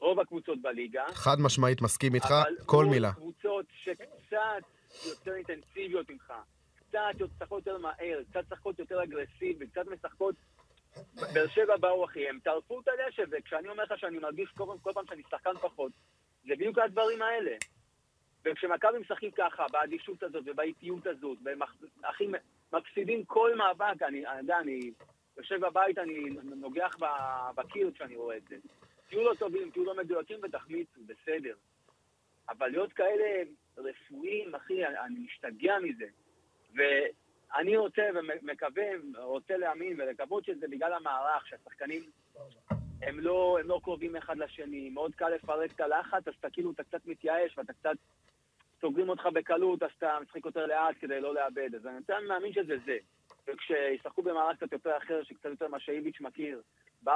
[SPEAKER 3] רוב הקבוצות בליגה.
[SPEAKER 2] חד משמעית מסכים איתך,
[SPEAKER 3] אבל
[SPEAKER 2] כל
[SPEAKER 3] מול
[SPEAKER 2] מילה.
[SPEAKER 3] קבוצות שקצת יותר אינטנסיביות ממך, קצת משחקות יותר מהר, קצת משחקות יותר אגרסיבי, קצת משחקות... באר שבע באו אחי, הם טרפו את הדשא, וכשאני אומר לך שאני מרגיש כל פעם, כל פעם שאני שחקן פחות, זה בדיוק הדברים האלה. וכשמכבי משחקים ככה, באדישות הזאת ובאיטיות הזאת, והם הכי מפסידים כל מאבק, אני, אני יודע, אני יושב בבית, אני נוגח ב- בקיר כשאני רואה את זה. תהיו לא טובים, תהיו לא מדויקים ותחמיצו, בסדר. אבל להיות כאלה רפואיים, אחי, אני אני משתגע מזה. ואני רוצה ומקווה, רוצה להאמין ולקוות שזה בגלל המערך, שהשחקנים הם לא, הם לא קרובים אחד לשני, מאוד קל לפרק את הלחץ, אז אתה כאילו, אתה קצת מתייאש ואתה קצת... סוגרים אותך בקלות, אז אתה משחק יותר לאט כדי לא לאבד. אז אני יותר מאמין שזה זה. וכשישחקו במערך קצת יותר אחר, שקצת יותר מה שאיביץ' מכיר, ב-4-3-3,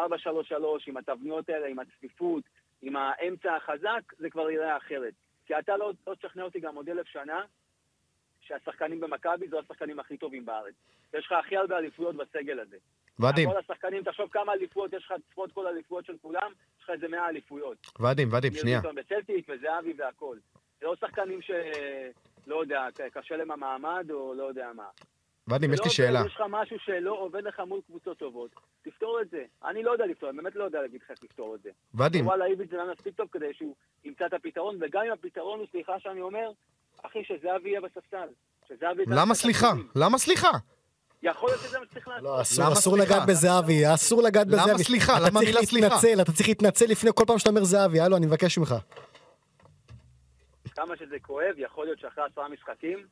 [SPEAKER 3] עם התבניות האלה, עם הצפיפות, עם האמצע החזק, זה כבר יראה אחרת. כי אתה לא, לא תשכנע אותי גם עוד אלף שנה שהשחקנים במכבי זה השחקנים הכי טובים בארץ. יש לך הכי הרבה אליפויות בסגל הזה.
[SPEAKER 2] ודים,
[SPEAKER 3] כל השחקנים, תחשוב כמה אליפויות, יש לך צפות כל האליפויות של כולם, יש לך איזה 100 אליפויות.
[SPEAKER 2] ודים, ודים, שנייה.
[SPEAKER 3] ניר ביטון בצלטיק וזהבי והכל. זה לא שחקנים ש... לא יודע, ק- קשה להם המעמד או לא יודע מה.
[SPEAKER 2] ודים, יש
[SPEAKER 3] זה
[SPEAKER 2] לי
[SPEAKER 3] לא
[SPEAKER 2] שאלה.
[SPEAKER 3] עובד, יש לך משהו שלא עובד לך מול קבוצות טובות, תפתור את זה. אני לא יודע לפתור, אני באמת לא יודע להגיד לך איך לפתור את זה.
[SPEAKER 2] ודים,
[SPEAKER 3] וואלה, איביץ' זה היה מספיק טוב כדי שהוא ימצא את הפתרון, וגם אם הפתרון הוא, סליחה שאני אומר, אחי, שזהבי יהיה בספסל. שזהבי... ייתן לך
[SPEAKER 2] למה
[SPEAKER 3] את
[SPEAKER 2] סליחה?
[SPEAKER 3] הכלים.
[SPEAKER 2] למה סליחה?
[SPEAKER 3] יכול להיות שזה מה שצריך לעשות.
[SPEAKER 1] לא, אסור,
[SPEAKER 2] למה
[SPEAKER 1] אסור
[SPEAKER 2] סליחה?
[SPEAKER 1] לגעת בזהבי, אסור לגעת
[SPEAKER 2] למה
[SPEAKER 1] בזהבי.
[SPEAKER 2] סליחה?
[SPEAKER 1] אתה
[SPEAKER 2] למה
[SPEAKER 1] צריך
[SPEAKER 2] המילה סליחה?
[SPEAKER 1] להתנצל, אתה צריך להתנצל לפני כל פעם שאתה אומר זהבי, הלו, אני מבקש ממך.
[SPEAKER 3] כמה שזה כואב, יכול להיות שאחרי עשרה משחקים,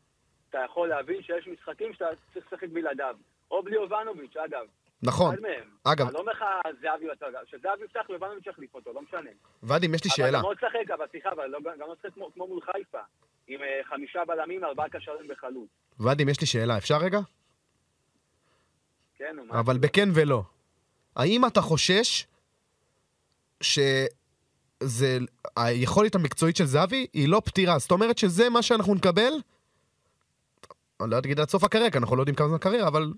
[SPEAKER 3] אתה יכול להבין שיש משחקים שאתה צריך לשחק בלעדיו. או בלי יובנוביץ', אגב.
[SPEAKER 2] נכון.
[SPEAKER 3] אחד מהם.
[SPEAKER 2] אגב-
[SPEAKER 3] אני לא אומר לך זהבי בצד, כשזהבי יפתח יובנוביץ' יחליף אותו, לא משנה.
[SPEAKER 2] ואדים, יש לי
[SPEAKER 3] אבל
[SPEAKER 2] שאלה.
[SPEAKER 3] גם לא לשחק, אבל סליחה, אבל לא- גם לא לשחק כמו- כמו מול חיפה. עם אה, חמישה בלמים, ארבעה קשרים בחלוץ.
[SPEAKER 2] ואדים, יש לי שאלה, אפשר רגע?
[SPEAKER 3] כן, נו, מה?
[SPEAKER 2] אבל בכן ולא. האם אתה חושש שזה... היכולת המקצועית של זהבי היא לא פתירה, זאת אומרת שזה מה שאנחנו נקבל? אני לא אגיד עד סוף הקריירה, כי אנחנו לא יודעים כמה זמן הקריירה, אבל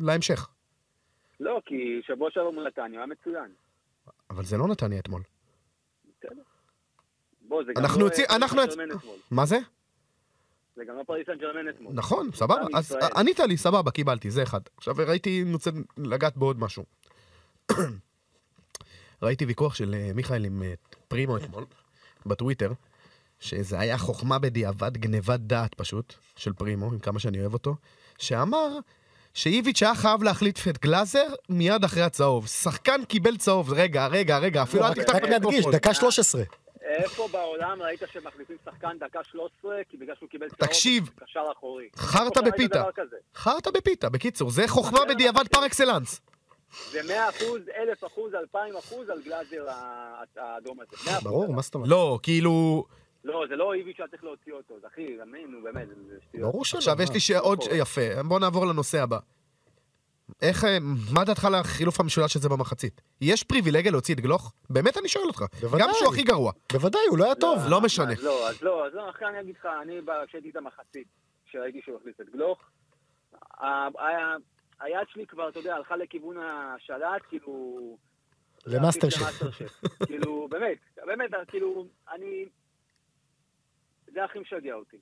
[SPEAKER 2] להמשך.
[SPEAKER 3] לא, כי שבוע שעבר מול נתניה, הוא היה מצוין.
[SPEAKER 2] אבל זה לא נתניה אתמול.
[SPEAKER 3] בוא, זה גם
[SPEAKER 2] אנחנו
[SPEAKER 3] לא,
[SPEAKER 2] יוצאים-
[SPEAKER 3] אה,
[SPEAKER 2] אנחנו
[SPEAKER 3] פריס סן
[SPEAKER 2] יוצ-
[SPEAKER 3] ג'רמן אתמול.
[SPEAKER 2] מה זה?
[SPEAKER 3] זה גם לא פריס סן ג'רמן אתמול.
[SPEAKER 2] נכון, סבבה.
[SPEAKER 3] גם
[SPEAKER 2] אז
[SPEAKER 3] ישראל.
[SPEAKER 2] ענית לי, סבבה, קיבלתי, זה אחד. עכשיו ראיתי, אני רוצה לגעת בעוד משהו. ראיתי ויכוח של אה, מיכאל עם אה, פרימו אתמול, בטוויטר, שזה היה חוכמה בדיעבד, גניבת דעת פשוט, של פרימו, עם כמה שאני אוהב אותו, שאמר שאיביץ' היה חייב להחליף את גלאזר מיד אחרי הצהוב. שחקן קיבל צהוב, רגע, רגע, רגע, אפילו אל
[SPEAKER 1] לא, רק
[SPEAKER 2] תפתח
[SPEAKER 1] רק
[SPEAKER 2] את
[SPEAKER 1] נדגיש,
[SPEAKER 2] המיקרופון.
[SPEAKER 1] דקה 13.
[SPEAKER 3] איפה בעולם ראית שמחליפים שחקן דקה 13 כי בגלל שהוא קיבל צהוב,
[SPEAKER 2] תקשיב.
[SPEAKER 3] הוא קשר אחורי?
[SPEAKER 2] חרטא
[SPEAKER 3] איפה ראית
[SPEAKER 2] בפיתה.
[SPEAKER 3] דבר כזה?
[SPEAKER 2] חרטא בפיתה, בקיצור, זה חוכמה בדיעבד פר אקסלנס.
[SPEAKER 3] זה 100 אחוז, 1,000 אחוז, 2,000 אחוז על גלאזר ה- האדום הזה. 100%.
[SPEAKER 1] ברור, מה זאת אומרת?
[SPEAKER 2] לא, כאילו,
[SPEAKER 3] לא, זה לא איביץ' שהיה צריך להוציא אותו, זה אחי, ימין, נו באמת, זה זה שטויות.
[SPEAKER 1] ברור שלא.
[SPEAKER 2] עכשיו
[SPEAKER 1] מה?
[SPEAKER 2] יש לי שעוד,
[SPEAKER 3] קורה?
[SPEAKER 2] יפה, בוא נעבור לנושא הבא. איך, אה, מה דעתך על החילוף המשולש הזה במחצית? יש פריבילגיה להוציא את גלוך? באמת אני שואל אותך.
[SPEAKER 1] בוודאי.
[SPEAKER 2] גם שהוא הכי גרוע.
[SPEAKER 1] בוודאי, הוא לא היה טוב.
[SPEAKER 2] לא משנה.
[SPEAKER 3] אז לא, אז לא, אז לא, אחי, אני אגיד לך, אני ב- כשהייתי את המחצית, כשראיתי שהוא החליף את גלוך, ה- ה- היד שלי כבר, אתה יודע, הלכה לכיוון השלט, כאילו...
[SPEAKER 1] למאסטר
[SPEAKER 3] להפיק
[SPEAKER 1] שף.
[SPEAKER 3] למאסטר שף. כאילו, באמת, באמת, כאילו, אני... זה הכי משגע אותי.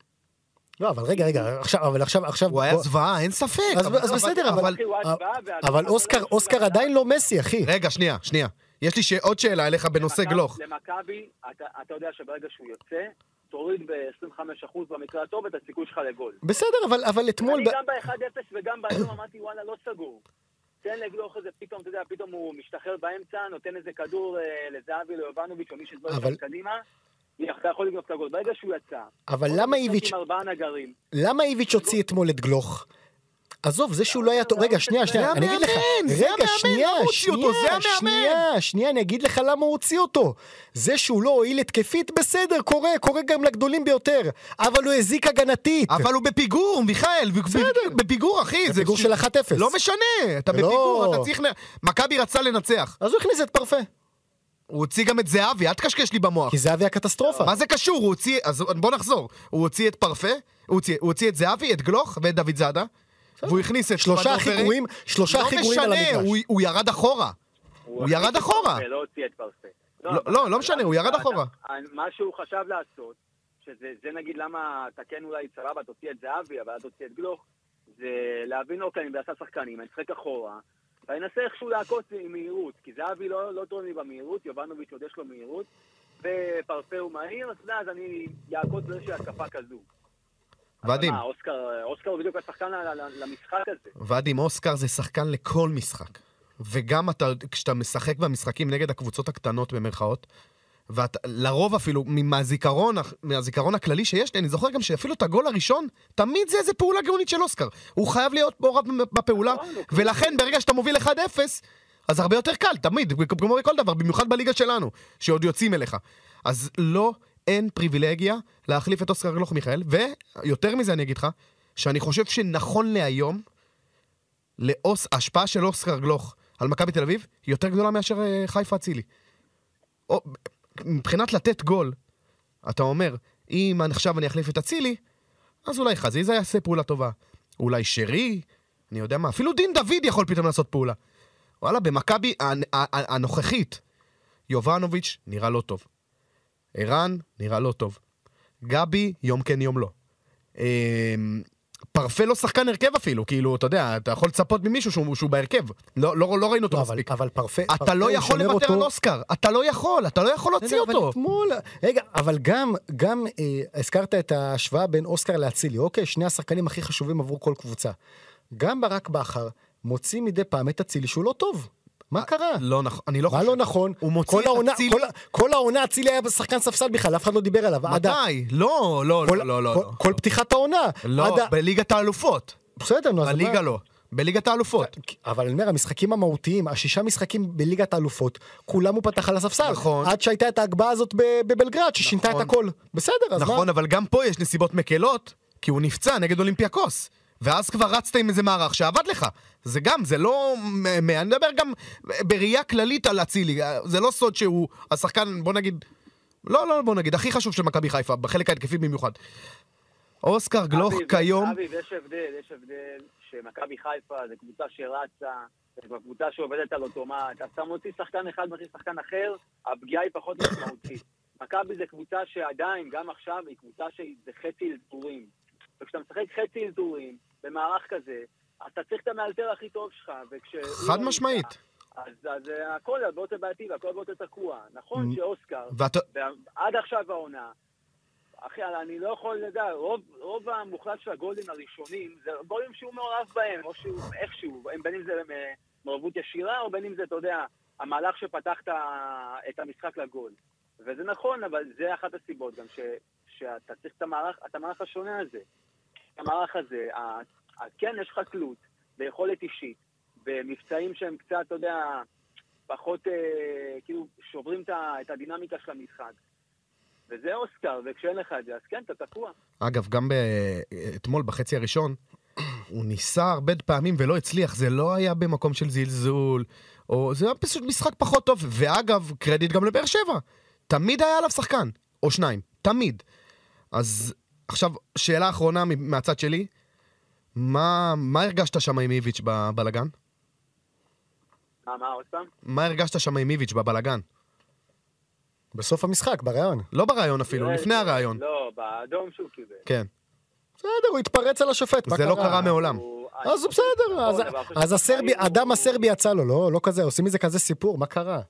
[SPEAKER 1] לא, אבל רגע, רגע, עכשיו, אבל עכשיו, עכשיו...
[SPEAKER 2] הוא היה
[SPEAKER 1] בוא-
[SPEAKER 2] זוועה, אין ספק.
[SPEAKER 1] אז- אז בסדר, אבל-
[SPEAKER 3] אחי, הוא הצבעה, והגול
[SPEAKER 1] אבל
[SPEAKER 3] שלו
[SPEAKER 1] אוסקר,
[SPEAKER 3] לא
[SPEAKER 1] אוסקר
[SPEAKER 3] מסוגל.
[SPEAKER 1] עדיין לא מסי, אחי.
[SPEAKER 2] רגע, שנייה, שנייה. יש לי ש- עוד שאלה אליך בנושא
[SPEAKER 3] למכבי-
[SPEAKER 2] גלוך.
[SPEAKER 3] למכבי, אתה אתה יודע שברגע שהוא יוצא, תוריד ב-25% במקרה הטוב את הסיכוי שלך לגול.
[SPEAKER 1] בסדר, אבל- אבל אתמול...
[SPEAKER 3] אני
[SPEAKER 1] ב-
[SPEAKER 3] גם ב-1-0 וגם באדום אמרתי, וואלה, לא סגור. כן, תן לגלוך איזה, פתאום, אתה יודע, פתאום הוא משתחרר באמצע, נותן איזה כדור אה, לזהבי, ליובנוביץ' או מי שזמן
[SPEAKER 1] אבל-
[SPEAKER 3] שם קדימה, יח, אתה יכול לגנוב את הגול. ברגע שהוא יצא...
[SPEAKER 1] אבל
[SPEAKER 3] עוד
[SPEAKER 1] למה
[SPEAKER 3] משחק
[SPEAKER 1] איביץ'-
[SPEAKER 3] עם ארבעה נגרים.
[SPEAKER 1] למה איביץ' הוציא אתמול את גלוך? עזוב, זה שהוא לא היה טוב, רגע, שנייה, שנייה,
[SPEAKER 2] זה
[SPEAKER 1] אני אגיד לך,
[SPEAKER 2] המאמן, זה
[SPEAKER 1] רגע,
[SPEAKER 2] המאמן,
[SPEAKER 1] שנייה,
[SPEAKER 2] למה הוא הוציא אותו? זה
[SPEAKER 1] שנייה,
[SPEAKER 2] המאמן.
[SPEAKER 1] שנייה, שנייה, אני אגיד לך למה הוא הוציא אותו. זה שהוא לא הועיל התקפית, בסדר, קורה, קורה גם לגדולים ביותר, אבל הוא הזיק הגנתית.
[SPEAKER 2] אבל הוא בפיגור, מיכאל. ב- בפיגור, אחי. זה
[SPEAKER 1] בפיגור
[SPEAKER 2] ש-
[SPEAKER 1] של 1-0.
[SPEAKER 2] לא משנה, אתה
[SPEAKER 1] לא.
[SPEAKER 2] בפיגור, אתה צריך... לנ- מכבי רצה לנצח.
[SPEAKER 1] אז הוא הכניס את פרפה,
[SPEAKER 2] הוא הוציא גם את זהבי, אל תקשקש לי במוח.
[SPEAKER 1] כי זה היה קטסטרופה.
[SPEAKER 2] מה זה קשור? הוא הוציא, אז בוא נחזור. הוא הוציא את פרפה, הוא הוציא, הוא הוציא את זהבי, את גלוך ואת דוד זאדה, והוא הכניס את...
[SPEAKER 1] שלושה
[SPEAKER 2] פנדורפרי.
[SPEAKER 1] הכי גרועים, שלושה הכי גרועים על
[SPEAKER 2] לא משנה,
[SPEAKER 1] המגרש.
[SPEAKER 2] הוא- הוא ירד אחורה. הוא ירד
[SPEAKER 3] החליף את
[SPEAKER 2] אחורה.
[SPEAKER 3] פרפה, לא הוציא את פרפה.
[SPEAKER 2] לא-
[SPEAKER 3] אבל-
[SPEAKER 2] לא, לא משנה, הוא ירד
[SPEAKER 3] אתה-
[SPEAKER 2] אחורה.
[SPEAKER 3] מה שהוא חשב לעשות, שזה זה נגיד למה אתה כן אולי סבבה, תוציא את זהבי, אבל אל תוציא את גלוך, זה להבין, אוקיי, אני בעשה שחקנים, אני אשחק אחורה, ואני אנסה איכשהו לעקוץ עם מהירות, כי זהבי לא לא טוב לי במהירות, יובנוביץ' עוד יש לו מהירות, ופרפה הוא מהיר, אז אתה יודע, אז אני אעקוץ באיזושהי התקפה כזו.
[SPEAKER 2] ואדים,
[SPEAKER 3] מה, אוסקר אוסקר הוא בדיוק השחקן ל- ל- למשחק הזה.
[SPEAKER 2] ואדים אוסקר זה שחקן לכל משחק. וגם אתה, כשאתה משחק במשחקים נגד הקבוצות הקטנות במרכאות, ואתה, לרוב אפילו, מהזיכרון, הח- מהזיכרון הכללי שיש לי, אני זוכר גם שאפילו את הגול הראשון, תמיד זה איזה פעולה גאונית של אוסקר. הוא חייב להיות מעורב בפעולה,
[SPEAKER 3] נכון, הוא כאילו-
[SPEAKER 2] ולכן ברגע שאתה מוביל 1-0, אז הרבה יותר קל, תמיד, כמו בכל דבר, במיוחד בליגה שלנו, שעוד יוצאים אליך. אז לא, אין פריבילגיה להחליף את אוסקר גלוך מיכאל, ויותר מזה אני אגיד לך, שאני חושב שנכון להיום, לאוס, ההשפעה של אוסקר גלוך על מכבי תל אביב היא יותר גדולה מאשר אה, חיפה אצילי. או- מבחינת לתת גול, אתה אומר, אם אני- עכשיו אני אחליף את אצילי, אז אולי חזיזה יעשה פעולה טובה. אולי שרי, אני יודע מה, אפילו דין דוד יכול פתאום לעשות פעולה. וואלה, במכבי הנ- ה- ה- הנוכחית, יובנוביץ' נראה לא טוב. ערן נראה לא טוב. גבי, יום כן יום לא. אמ, פרפה לא שחקן הרכב אפילו, כאילו, אתה יודע, אתה יכול לצפות ממישהו שהוא, שהוא בהרכב. לא, לא, לא ראינו אותו
[SPEAKER 1] לא, אבל-
[SPEAKER 2] מספיק.
[SPEAKER 1] אבל פרפה... פרפה,
[SPEAKER 2] אתה לא
[SPEAKER 1] הוא
[SPEAKER 2] יכול
[SPEAKER 1] אוקיי, שומר
[SPEAKER 2] לוותר
[SPEAKER 1] אותו-
[SPEAKER 2] על אוסקר, אתה לא יכול, אתה לא יכול להוציא
[SPEAKER 1] בסדר, אבל
[SPEAKER 2] אותו.
[SPEAKER 1] אתמול... רגע, אבל גם, גם אה, הזכרת את ההשוואה בין אוסקר לאצילי, אוקיי? שני השחקנים הכי חשובים עבור כל קבוצה. גם ברק בכר מוציא מדי פעם את אצילי שהוא לא טוב. מה קרה?
[SPEAKER 2] לא נכון, אני לא
[SPEAKER 1] מה
[SPEAKER 2] חושב.
[SPEAKER 1] לא נכון?
[SPEAKER 2] הוא מוציא
[SPEAKER 1] כל
[SPEAKER 2] את
[SPEAKER 1] העונה-
[SPEAKER 2] אצילי-
[SPEAKER 1] כל ה- כל העונה אצילי היה בשחקן ספסל בכלל, אף אחד לא דיבר עליו. עד ה-
[SPEAKER 2] מתי? לא, לא,
[SPEAKER 1] כל-
[SPEAKER 2] לא, לא,
[SPEAKER 1] כל-
[SPEAKER 2] לא.
[SPEAKER 1] כל פתיחת העונה.
[SPEAKER 2] לא,
[SPEAKER 1] עד ה-
[SPEAKER 2] בליגת האלופות.
[SPEAKER 1] בסדר, נו, אז מה-
[SPEAKER 2] בליגה לא. בליגת האלופות.
[SPEAKER 1] אבל אני אומר, המשחקים המהותיים, השישה משחקים בליגת האלופות, כולם הוא פתח על הספסל.
[SPEAKER 2] נכון.
[SPEAKER 1] עד שהייתה את ההגבהה הזאת ב- בבלגרד, ששינתה
[SPEAKER 2] נכון.
[SPEAKER 1] את הכל. בסדר, אז
[SPEAKER 2] נכון,
[SPEAKER 1] מה?
[SPEAKER 2] אבל גם פה יש נסיבות מקלות, כי הוא נפצע נגד אולימפיאקוס. ואז כבר רצת עם איזה מערך שעבד לך. זה גם, זה לא... מ- מ- אני מדבר גם בראייה כללית על אצילי. זה לא סוד שהוא השחקן, בוא נגיד... לא, לא, בוא נגיד, הכי חשוב של מכבי חיפה, בחלק ההתקפי במיוחד. אוסקר גלוך
[SPEAKER 3] אביב,
[SPEAKER 2] כיום...
[SPEAKER 3] אביב, יש הבדל, יש הבדל שמכבי חיפה זה קבוצה שרצה, זה כבר קבוצה שעובדת על אוטומט. אז אתה מוציא שחקן אחד מכניס שחקן אחר, הפגיעה היא פחות משמעותית. מכבי זה קבוצה שעדיין, גם עכשיו, היא קבוצה שזה חצי אלתורים. וכשאתה משחק חצי אלתורים, במערך כזה, אז אתה צריך את המאלתר הכי טוב שלך, וכש...
[SPEAKER 2] חד משמעית.
[SPEAKER 3] אז, אז אה, הכל הרבה יותר בעייתי והכל הרבה יותר תקוע. נכון שאוסקר,
[SPEAKER 2] ואתה...
[SPEAKER 3] ועד עכשיו העונה, אחי, אני לא יכול לדעת, רוב, רוב המוחלט של הגולים הראשונים זה גולים שהוא מעורב בהם, או שהוא איכשהו, הם- בין אם זה אה, מעורבות ישירה, או בין אם זה, אתה יודע, המהלך שפתח את ה- את המשחק לגול. וזה נכון, אבל זה אחת הסיבות גם, ש, שאתה צריך את המערך, את המערך השונה הזה. המערך הזה, ה- ה- כן, יש לך תלות ביכולת אישית, במבצעים שהם קצת, אתה יודע, פחות, אה, כאילו, שוברים את ה- את הדינמיקה של המשחק. וזה אוסקר, וכשאין לך את זה, אז כן, אתה תקוע.
[SPEAKER 2] אגב, גם ב... אתמול בחצי הראשון, הוא ניסה הרבה פעמים ולא הצליח, זה לא היה במקום של זלזול, או זה היה פשוט משחק פחות טוב, ואגב, קרדיט גם לבאר שבע, תמיד היה עליו שחקן, או שניים, תמיד. אז עכשיו, שאלה אחרונה מ- מהצד שלי, מה, מה הרגשת שם עם איביץ' בבלגן?
[SPEAKER 3] מה, מה, עוד פעם?
[SPEAKER 2] מה הרגשת שם עם איביץ' בבלגן?
[SPEAKER 1] בסוף המשחק, בריאיון.
[SPEAKER 2] לא ברעיון אפילו, לפני הרעיון.
[SPEAKER 3] אה, לא, באדום שהוא קיבל.
[SPEAKER 2] כן.
[SPEAKER 1] בסדר, הוא התפרץ על השופט, מה
[SPEAKER 2] זה
[SPEAKER 1] קרה?
[SPEAKER 2] לא קרה מעולם.
[SPEAKER 3] הוא-
[SPEAKER 1] אז הוא בסדר, אז-
[SPEAKER 3] נכון, אבל אחרי
[SPEAKER 1] אז הסרבי,
[SPEAKER 3] שראינו-
[SPEAKER 1] הדם הסרבי יצא לו, לא? לא כזה, עושים מזה כזה סיפור, מה קרה?
[SPEAKER 3] אה.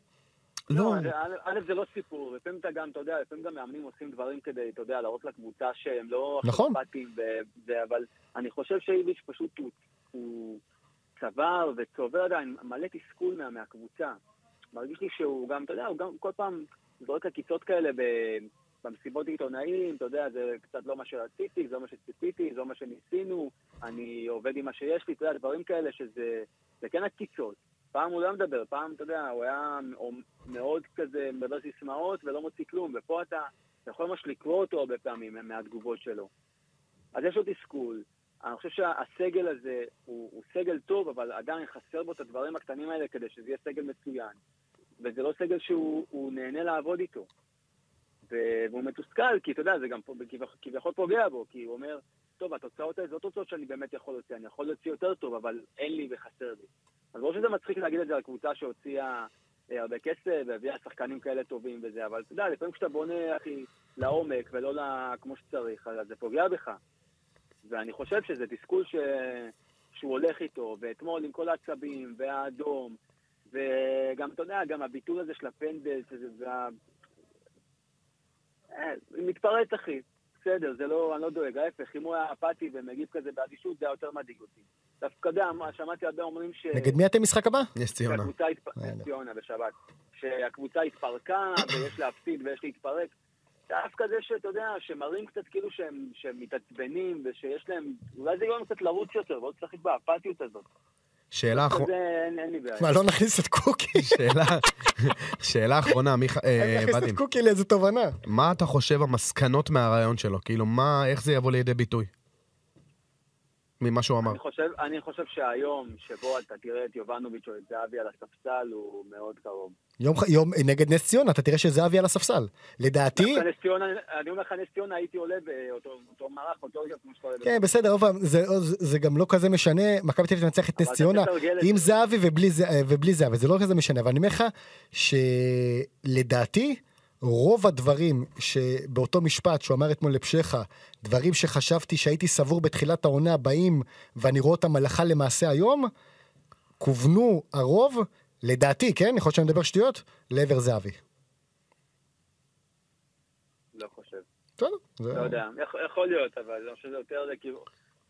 [SPEAKER 2] לא,
[SPEAKER 3] לא, זה- א'- א', זה לא סיפור, לפעמים אתה גם, אתה יודע, לפעמים גם מאמנים עושים דברים כדי, אתה יודע, להראות לקבוצה שהם לא...
[SPEAKER 1] נכון.
[SPEAKER 3] אכפתיים ו- זה, אבל אני חושב שאיביץ' פשוט הוא- הוא צבר וצובר עדיין מלא תסכול מה- מהקבוצה. מרגיש לי שהוא גם, אתה יודע, הוא גם כל פעם זורק עקיצות כאלה ב- במסיבות עיתונאים, אתה יודע, זה קצת לא מה שרציתי, זה לא מה שציפיתי, זה לא מה שניסינו, אני עובד עם מה שיש לי, אתה יודע, דברים כאלה שזה... זה כן עקיצות. פעם הוא לא מדבר, פעם, אתה יודע, הוא היה מ- מאוד כזה מדבר סיסמאות ולא מוציא כלום, ופה אתה, אתה יכול ממש לקרוא אותו הרבה פעמים מה- מהתגובות שלו. אז יש לו תסכול. אני חושב שהסגל הזה הוא, הוא סגל טוב, אבל עדיין חסר בו את הדברים הקטנים האלה כדי שזה יהיה סגל מצוין. וזה לא סגל שהוא הוא נהנה לעבוד איתו. ו- והוא מתוסכל, כי אתה יודע, זה גם פה- כביכול- כביכול פוגע בו, כי הוא אומר, טוב, התוצאות האלה זה לא תוצאות שאני באמת יכול להוציא, אני יכול להוציא יותר טוב, אבל אין לי וחסר לי. אז ברור שזה מצחיק להגיד את זה על קבוצה שהוציאה אה, הרבה כסף והביאה שחקנים כאלה טובים וזה, אבל אתה יודע, לפעמים כשאתה בונה, אחי, לעומק ולא ל- כמו שצריך, אז זה פוגע בך. ואני חושב שזה תסכול ש... שהוא הולך איתו, ואתמול עם כל העצבים, והאדום, וגם, אתה יודע, גם הביטול הזה של הפנדל, שזה... וה... אה, מתפרץ, אחי. בסדר, זה לא, אני לא דואג, ההפך, אם הוא היה אפאתי ומגיב כזה באדישות, זה היה יותר מדאיג אותי. דווקא גם, שמעתי הרבה אומרים ש...
[SPEAKER 1] נגד מי אתם משחק הבא?
[SPEAKER 3] אה,
[SPEAKER 2] יש ציונה.
[SPEAKER 3] שהקבוצה התפ- כן,
[SPEAKER 1] יאללה.
[SPEAKER 3] ציונה בשבת. שהקבוצה התפרקה, ויש להפסיד ויש להתפרק. דווקא זה שאתה יודע, שמראים קצת כאילו שהם, שהם מתעצבנים, ושיש להם, אולי זה גורם קצת לרוץ יותר, ועוד לשחק באפתיות הזאת.
[SPEAKER 2] שאלה אחרונה.
[SPEAKER 3] זה אין, אין לי בעיה.
[SPEAKER 1] מה, לא נכניס את קוקי?
[SPEAKER 2] שאלה, שאלה אחרונה, מיכה, אה,
[SPEAKER 1] נכניס
[SPEAKER 2] ודים.
[SPEAKER 1] את קוקי לאיזה תובנה.
[SPEAKER 2] מה אתה חושב המסקנות מהרעיון שלו? כאילו, מה, איך זה יבוא לידי ביטוי? ממה שהוא אמר.
[SPEAKER 3] אני חושב, אני חושב שהיום שבו אתה תראה את יובנוביץ' או את זהבי על הספסל הוא מאוד קרוב.
[SPEAKER 1] יום ח- יום נגד נס ציונה, אתה תראה שזהבי על הספסל. לדעתי...
[SPEAKER 3] דווקא נס ציונה, אני אומר לך, נס ציונה הייתי עולה באותו אותו מערך, אותו רגע כמו שאתה עולה.
[SPEAKER 1] כן, בסדר, עוד פעם, זה, זה- זה גם לא כזה משנה, מכבי תל אביב תנצח את נס
[SPEAKER 3] אבל אתה
[SPEAKER 1] ציונה,
[SPEAKER 3] מתרגל את
[SPEAKER 1] עם
[SPEAKER 3] זה.
[SPEAKER 1] זהבי ובלי, זה, ובלי זהבי, זה לא כזה משנה, אבל אני אומר לך שלדעתי, רוב הדברים שבאותו משפט שהוא אמר אתמול לפשחה, דברים שחשבתי שהייתי סבור בתחילת העונה באים, ואני רואה אותם הלכה למעשה היום, כוונו הרוב, לדעתי, כן, יכול להיות שאני מדבר שטויות, לעבר זהבי.
[SPEAKER 3] לא חושב.
[SPEAKER 1] בסדר, זה-
[SPEAKER 3] לא יודע, יכול- יכול להיות, אבל אני חושב שזה יותר זה כאילו...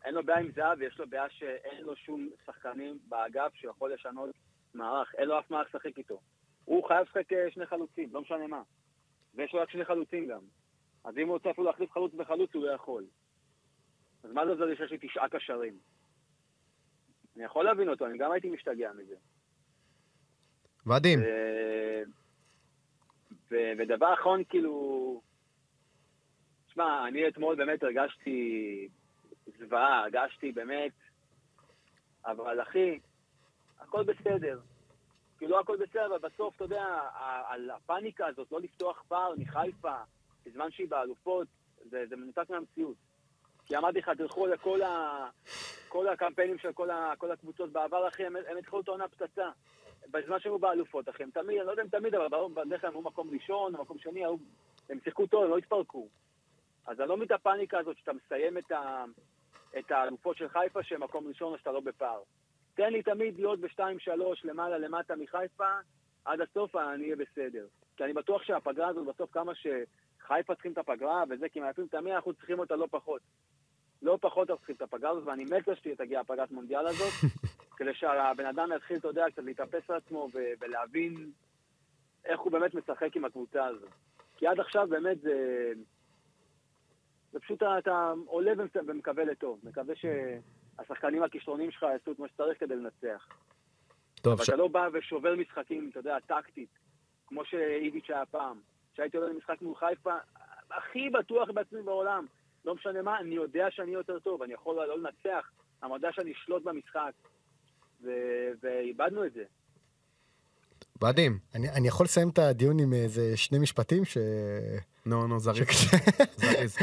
[SPEAKER 3] אין לו בעיה עם זהב, יש לו בעיה שאין לו שום שחקנים באגף שיכול לשנות מערך, אין לו אף מערך לשחק איתו. הוא חייב לשחק אה, שני חלוצים, לא משנה מה. ויש לו רק שני חלוצים גם. אז אם הוא רוצה אפילו להחליף חלוץ בחלוץ, הוא לא יכול. אז מה זה עוזר לי שיש לי תשעה קשרים? אני יכול להבין אותו, אני גם הייתי משתגע מזה.
[SPEAKER 2] מדהים.
[SPEAKER 3] ו- ו- ודבר אחרון, כאילו... שמע, אני אתמול באמת הרגשתי זוועה, הרגשתי באמת... אבל אחי, הכל בסדר. כאילו הכל בסדר, אבל בסוף, אתה יודע, ה- על הפאניקה הזאת, לא לפתוח פער מחיפה, בזמן שהיא באלופות, זה, זה מנותק מהמציאות. כי אמרתי לך, תלכו לכל ה... כל הקמפיינים של כל, ה... כל הקבוצות בעבר, אחי, הם, הם התחילו את העונה פצצה. בזמן שהם היו באלופות, אחי, הם תמיד, אני לא יודע אם תמיד, אבל ברור, בדרך כלל הם היו מקום ראשון, מקום שני, היו... הם שיחקו טוב, הם לא התפרקו. אז אני לא מבין את הפאניקה הזאת שאתה מסיים את, ה... את האלופות של חיפה, שהם מקום ראשון או שאתה לא בפער. תן לי תמיד להיות בשתיים-שלוש למעלה למטה מחיפה, עד הסוף אני אהיה בסדר. כי אני בטוח שהפגרה הזאת בסוף כמה שחיפה צריכים את הפגרה וזה, כי מעפים תמיד אנחנו צריכים אותה לא פחות. לא פחות אנחנו צריכים את הפגרה הזאת, ואני מת שתגיע הפגרת מונדיאל הזאת, כדי שהבן אדם יתחיל, אתה יודע, קצת להתאפס על עצמו ו- ולהבין איך הוא באמת משחק עם הקבוצה הזאת. כי עד עכשיו באמת זה... זה פשוט אתה- אתה עולה ומצ- ומקווה לטוב. מקווה שהשחקנים הכישרונים שלך יעשו את מה שצריך כדי לנצח.
[SPEAKER 2] טוב,
[SPEAKER 3] אבל
[SPEAKER 2] ש-
[SPEAKER 3] אתה לא בא ושובר משחקים, אתה יודע, טקטית, כמו שאיביץ' היה פעם. כשהייתי עולה למשחק מול חיפה, הכי בטוח בעצמי בעולם. לא משנה מה, אני יודע שאני יותר טוב, אני יכול לא לנצח, אבל אני יודע שאני אשלוט במשחק. ו- ואיבדנו את זה.
[SPEAKER 2] מדהים.
[SPEAKER 1] אני, אני יכול לסיים את הדיון עם איזה שני משפטים ש...
[SPEAKER 2] נו, נו, זריז.
[SPEAKER 1] שכ-
[SPEAKER 2] זריז.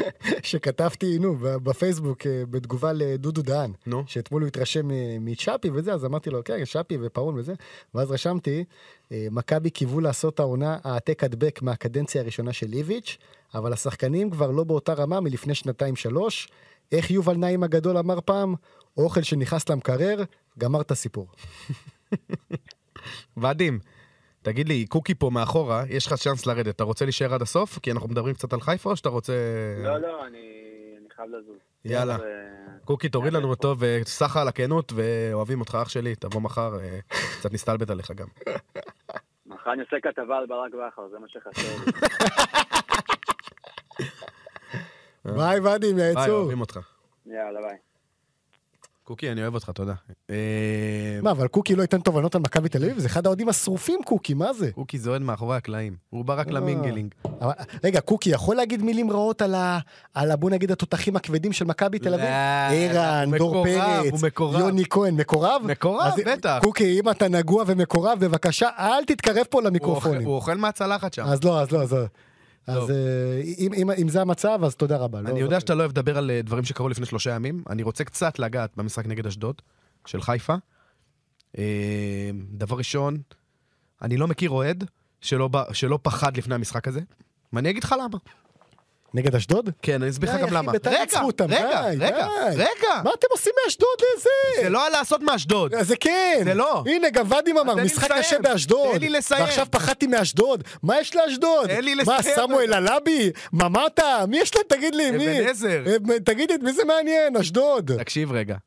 [SPEAKER 1] שכתבתי, נו, ב- בפייסבוק, אה, בתגובה לדודו דהן,
[SPEAKER 2] נו.
[SPEAKER 1] שאתמול הוא התרשם אה, מצ'אפי וזה, אז אמרתי לו, כן, צ'אפי ופאון וזה, ואז רשמתי, אה, מכבי קיוו לעשות העונה אה, העתק הדבק מהקדנציה הראשונה של איביץ', אבל השחקנים כבר לא באותה רמה מלפני שנתיים-שלוש. איך יובל נעים הגדול אמר פעם, אוכל שנכנס למקרר, גמר את הסיפור.
[SPEAKER 2] מדהים. תגיד לי, קוקי פה מאחורה, יש לך צ'אנס לרדת. אתה רוצה להישאר עד הסוף? כי אנחנו מדברים קצת על חיפה, או שאתה רוצה...
[SPEAKER 3] לא, כן, לא, אני אני חייב לזוז.
[SPEAKER 2] כן.
[SPEAKER 3] אה,
[SPEAKER 2] יאללה.
[SPEAKER 3] ו-
[SPEAKER 2] קוקי, תוריד
[SPEAKER 3] כן,
[SPEAKER 2] לנו אותו, וסחה על הכנות, ואוהבים אותך אח שלי, תבוא מחר, אה, קצת נסתלבט עליך גם.
[SPEAKER 3] מחר אני עושה כתבה על ברק בכר, זה מה שחסר לי.
[SPEAKER 1] ביי, ואדי,
[SPEAKER 2] אה. ביי,
[SPEAKER 1] מהייצור.
[SPEAKER 2] אוהבים אותך.
[SPEAKER 3] יאללה, ביי.
[SPEAKER 2] קוקי, אני אוהב אותך, תודה. אה,
[SPEAKER 1] מה, אבל קוקי לא ייתן תובנות על מכבי תל אביב? זה אחד האוהדים השרופים, קוקי, מה זה?
[SPEAKER 2] קוקי זועד מאחורי הקלעים, הוא ברק
[SPEAKER 1] אה.
[SPEAKER 2] למינגלינג.
[SPEAKER 1] אבל, רגע, קוקי יכול להגיד מילים רעות על, ה, על ה, בוא נגיד, התותחים הכבדים של מכבי תל אביב?
[SPEAKER 2] לא,
[SPEAKER 1] ערן,
[SPEAKER 2] הוא
[SPEAKER 1] דור
[SPEAKER 2] מקורב,
[SPEAKER 1] פרץ,
[SPEAKER 2] הוא מקורב.
[SPEAKER 1] יוני כהן, מקורב?
[SPEAKER 2] מקורב,
[SPEAKER 1] אז-
[SPEAKER 2] בטח.
[SPEAKER 1] קוקי, אם אתה נגוע ומקורב, בבקשה, אל תתקרב פה
[SPEAKER 2] הוא אוכל-
[SPEAKER 1] למיקרופונים.
[SPEAKER 2] הוא אוכל מהצלחת שם.
[SPEAKER 1] אז לא, אז לא, אז לא.
[SPEAKER 2] טוב.
[SPEAKER 1] אז אה, אם, אם, אם זה המצב, אז תודה רבה. לא-
[SPEAKER 2] אני יודע שאתה לא אוהב לדבר על אה, דברים שקרו לפני שלושה ימים, אני רוצה קצת לגעת במשחק נגד אשדוד, של חיפה. אה, דבר ראשון, אני לא מכיר אוהד שלא בא- שלא פחד לפני המשחק הזה, ואני אגיד לך למה.
[SPEAKER 1] נגד אשדוד?
[SPEAKER 2] כן, אני אסביר לך
[SPEAKER 1] די,
[SPEAKER 2] גם
[SPEAKER 1] אחי,
[SPEAKER 2] למה.
[SPEAKER 1] בית"ר
[SPEAKER 2] רגע,
[SPEAKER 1] עצרו אותם,
[SPEAKER 2] רגע,
[SPEAKER 1] די,
[SPEAKER 2] רגע,
[SPEAKER 1] די.
[SPEAKER 2] רגע.
[SPEAKER 1] מה אתם עושים מאשדוד? איזה...
[SPEAKER 2] זה לא על לעשות מאשדוד.
[SPEAKER 1] זה כן!
[SPEAKER 2] זה לא.
[SPEAKER 1] הנה, גם ואדים אמר,
[SPEAKER 2] תן לי
[SPEAKER 1] משחק
[SPEAKER 2] לסיים.
[SPEAKER 1] קשה באשדוד.
[SPEAKER 2] תן לי לסיים.
[SPEAKER 1] ועכשיו פחדתי מאשדוד. מה יש לאשדוד?
[SPEAKER 2] תן לי
[SPEAKER 1] מה,
[SPEAKER 2] לסיים.
[SPEAKER 1] סמואל עלבי? ממ"טה? מי יש להם? תגיד לי, מי?
[SPEAKER 2] אבן עזר.
[SPEAKER 1] אה, תגיד לי, את מי זה מעניין? אשדוד.
[SPEAKER 2] תקשיב רגע,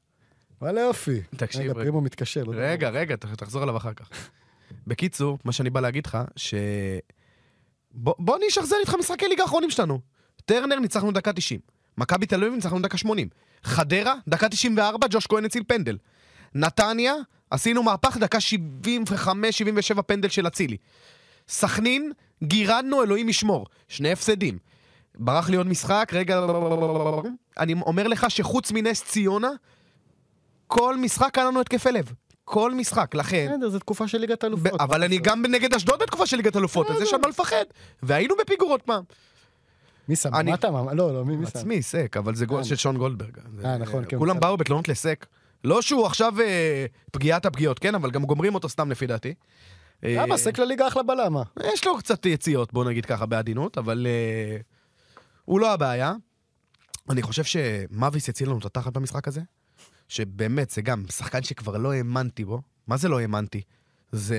[SPEAKER 1] וואלה יופי.
[SPEAKER 2] תקשיב
[SPEAKER 1] רגע,
[SPEAKER 2] רגע.
[SPEAKER 1] פרימו מתקשר. לא יודע.
[SPEAKER 2] רגע, רגע, ת- תחזור אליו אחר כך. בקיצור, מה שאני בא להגיד לך, ש... בוא, בוא אני אשחזר איתך משחקי ליגה האחרונים שלנו. טרנר ניצחנו דקה 90. מכבי תל אביב ניצחנו דקה 80. חדרה, דקה 94, ג'וש כהן הציל פנדל. נתניה, עשינו מהפך, דקה 75-77 פנדל של אצילי. סכנין, גירדנו, אלוהים ישמור. שני הפסדים. ברח לי עוד משחק, רגע... אני אומר לך שחוץ מנס ציונה, כל משחק היה לנו התקפי לב. כל משחק, לכן...
[SPEAKER 1] בסדר, זו תקופה של ליגת
[SPEAKER 2] ב-
[SPEAKER 1] אלופות.
[SPEAKER 2] אבל אני גם נגד אשדוד בתקופה של ליגת אלופות, אז יש על מה לפחד. והיינו בפיגור עוד פעם.
[SPEAKER 1] מי שם?
[SPEAKER 2] אני-
[SPEAKER 1] מה אתה? מה- לא, לא, מי מי שם?
[SPEAKER 2] עצמי, סק, אבל זה גול
[SPEAKER 1] אה.
[SPEAKER 2] של שון גולדברג.
[SPEAKER 1] אה, נכון, כן,
[SPEAKER 2] כולם
[SPEAKER 1] בסדר.
[SPEAKER 2] באו בתלונות לסק. לא שהוא עכשיו אה, פגיעת הפגיעות, כן? אבל גם גומרים אותו סתם לפי דעתי. אה,
[SPEAKER 1] למה? סק לליגה אחלה בלם. מה?
[SPEAKER 2] יש לו קצת יציאות, בוא נגיד ככה, בעדינות, אבל אה, הוא לא הבעיה. אני חושב שמאביס הציל לנו את התחת במשחק הזה, שבאמת, זה גם שחקן שכבר לא האמנתי בו. מה זה לא האמנתי? זה...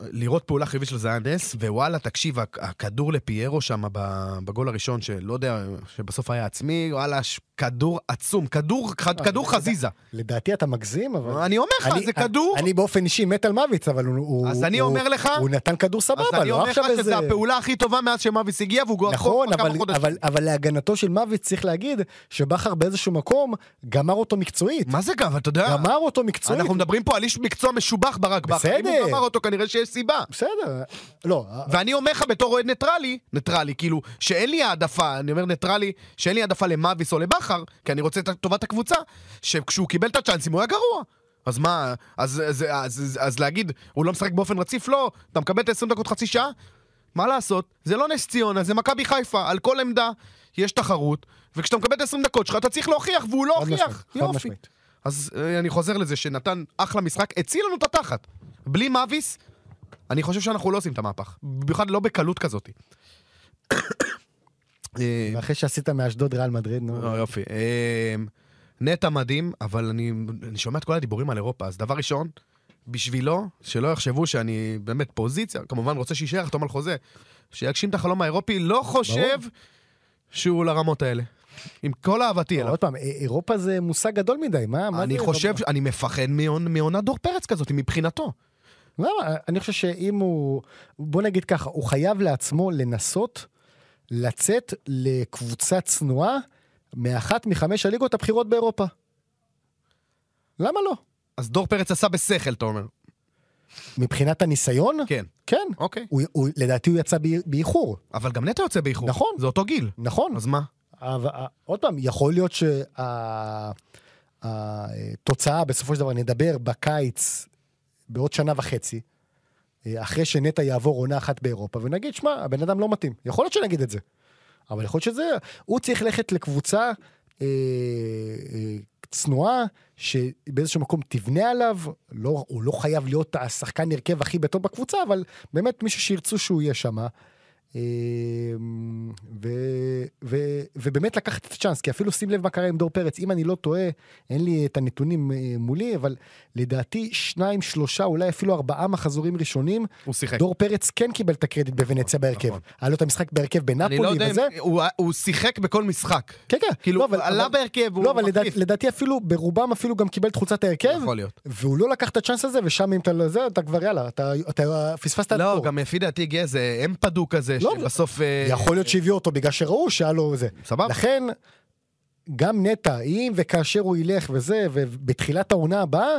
[SPEAKER 2] לראות פעולה חיובית שלו זה היה נס, ווואלה, תקשיב, הכ- הכדור לפיירו שם ב- בגול הראשון, שלא יודע, שבסוף היה עצמי, וואלה, ש- כדור עצום, כדור,
[SPEAKER 1] אה,
[SPEAKER 2] כד- כדור חזיזה.
[SPEAKER 1] לדעתי אתה מגזים, אבל...
[SPEAKER 2] אני אומר לך, זה כדור.
[SPEAKER 1] לא אני באופן אישי מת על מויץ, אבל הוא- הוא...
[SPEAKER 2] אז אני
[SPEAKER 1] הוא-
[SPEAKER 2] אומר לך-
[SPEAKER 1] הוא נתן כדור
[SPEAKER 2] אז
[SPEAKER 1] סבבה,
[SPEAKER 2] אני
[SPEAKER 1] לא
[SPEAKER 2] אומר לך
[SPEAKER 1] עכשיו איזה...
[SPEAKER 2] שזו הפעולה הכי טובה מאז שמאביס הגיע, והוא גורם
[SPEAKER 1] נכון, אבל, אבל, אבל להגנתו של מויץ צריך להגיד שבכר באיזשהו מקום גמר אותו מקצועית.
[SPEAKER 2] מה זה גם, אבל אתה יודע,
[SPEAKER 1] גמר אותו מקצועית.
[SPEAKER 2] אנחנו מדברים פה על איש מקצוע משובח ברק בכר. אם הוא
[SPEAKER 1] בסדר.
[SPEAKER 2] גמר אותו, כנראה שיש סיבה.
[SPEAKER 1] בסדר, לא,
[SPEAKER 2] ואני אומר לך בתור אוהד ניטרלי, ניטרלי, כאילו, שאין לי העדפה, אני אומר ניטרלי, שאין לי העדפה למאביס או לבכר, כי אני רוצה את טובת הקבוצה, שכשהוא קיבל את הצ'אנסים הוא היה גרוע. אז מה, אז, אז, אז, אז, אז להגיד, הוא לא משחק באופן רציף? לא, אתה מקבל את ה-20 דקות חצי שעה? מה לעשות, זה לא נס ציונה, זה מכבי חיפה, על כל עמדה יש תחרות, וכשאתה מקבל את ה-20 דקות שלך אתה צריך להוכיח, והוא לא
[SPEAKER 1] חד משמעית,
[SPEAKER 2] הוכיח,
[SPEAKER 1] חד
[SPEAKER 2] יופי.
[SPEAKER 1] משמעית.
[SPEAKER 2] אז אה, אני חוזר לזה שנתן אחלה משחק, הציל לנו את התחת. בלי מאביס, אני חושב שאנחנו לא עושים את המהפך. במיוחד לא בקלות כזאת. אה,
[SPEAKER 1] ואחרי שעשית מאשדוד ריאל מדריד, נו.
[SPEAKER 2] לא, יופי. אה, נטע מדהים, אבל אני, אני שומע את כל הדיבורים על אירופה, אז דבר ראשון, בשבילו, שלא יחשבו שאני באמת פוזיציה, כמובן רוצה שיישאר, יחתום על חוזה, שיגשים את החלום האירופי, לא חושב שהוא לרמות האלה. עם כל אהבתי אליו.
[SPEAKER 1] עוד פעם, א- אירופה זה מושג גדול מדי, מה? מה
[SPEAKER 2] אני
[SPEAKER 1] זה
[SPEAKER 2] חושב,
[SPEAKER 1] אירופה?
[SPEAKER 2] אני מפחד מעונ- מעונת דור פרץ כזאת, מבחינתו.
[SPEAKER 1] למה? אני חושב שאם הוא... בוא נגיד ככה, הוא חייב לעצמו לנסות לצאת לקבוצה צנועה מאחת מחמש הליגות הבכירות באירופה. למה לא?
[SPEAKER 2] אז דור פרץ עשה בשכל, אתה אומר.
[SPEAKER 1] מבחינת הניסיון?
[SPEAKER 2] כן.
[SPEAKER 1] כן.
[SPEAKER 2] אוקיי.
[SPEAKER 1] הוא, הוא, לדעתי הוא יצא ב- באיחור,
[SPEAKER 2] אבל גם נטע יוצא באיחור.
[SPEAKER 1] נכון.
[SPEAKER 2] זה אותו גיל.
[SPEAKER 1] נכון.
[SPEAKER 2] אז מה?
[SPEAKER 1] אבל, אה, עוד פעם, יכול להיות שהתוצאה בסופו של דבר, נדבר בקיץ בעוד שנה וחצי, אה, אחרי שנטע יעבור עונה אחת באירופה, ונגיד, שמע, הבן אדם לא מתאים. יכול להיות שנגיד את זה. אבל יכול להיות שזה, הוא צריך ללכת לקבוצה אה, אה, צנועה, שבאיזשהו מקום תבנה עליו, לא, הוא לא חייב להיות השחקן הרכב הכי בטוב בקבוצה, אבל באמת מישהו שירצו שהוא יהיה שמה. אה, אמ, ו, ו, ובאמת לקחת את הצ'אנס, כי אפילו שים לב מה קרה עם דור פרץ, אם אני לא טועה, אין לי את הנתונים אה, מולי, אבל לדעתי שניים, שלושה, אולי אפילו ארבעה מחזורים ראשונים,
[SPEAKER 2] הוא שיחק.
[SPEAKER 1] דור פרץ כן קיבל את הקרדיט בוונציה בהרכב.
[SPEAKER 2] נכון.
[SPEAKER 1] היה לו את המשחק בהרכב
[SPEAKER 2] אני לא
[SPEAKER 1] בנפולי
[SPEAKER 2] יודע
[SPEAKER 1] וזה.
[SPEAKER 2] אם... הוא- הוא שיחק בכל משחק.
[SPEAKER 1] כן, כן.
[SPEAKER 2] כאילו,
[SPEAKER 1] לא,
[SPEAKER 2] הוא
[SPEAKER 1] אבל-
[SPEAKER 2] עלה
[SPEAKER 1] אבל-
[SPEAKER 2] בהרכב, הוא
[SPEAKER 1] לא, אבל לדע-
[SPEAKER 2] מחליף. נכון.
[SPEAKER 1] לדעתי אפילו, ברובם אפילו גם קיבל את חולצת ההרכב,
[SPEAKER 2] יכול להיות.
[SPEAKER 1] והוא לא לקח את הצ'אנס הזה, ושם אם אתה לא זה, אתה כבר יאללה, אתה אתה פספסת את
[SPEAKER 2] לא,
[SPEAKER 1] התור.
[SPEAKER 2] גם לפי דעתי הגיע איזה אמפדו כזה,
[SPEAKER 1] לא,
[SPEAKER 2] שבסוף... אה,
[SPEAKER 1] יכול להיות שהביאו אותו בגלל שראו שהיה לו זה.
[SPEAKER 2] סבבה.
[SPEAKER 1] לכן, גם נטע, אם וכאשר הוא ילך וזה, ובתחילת העונה הבאה,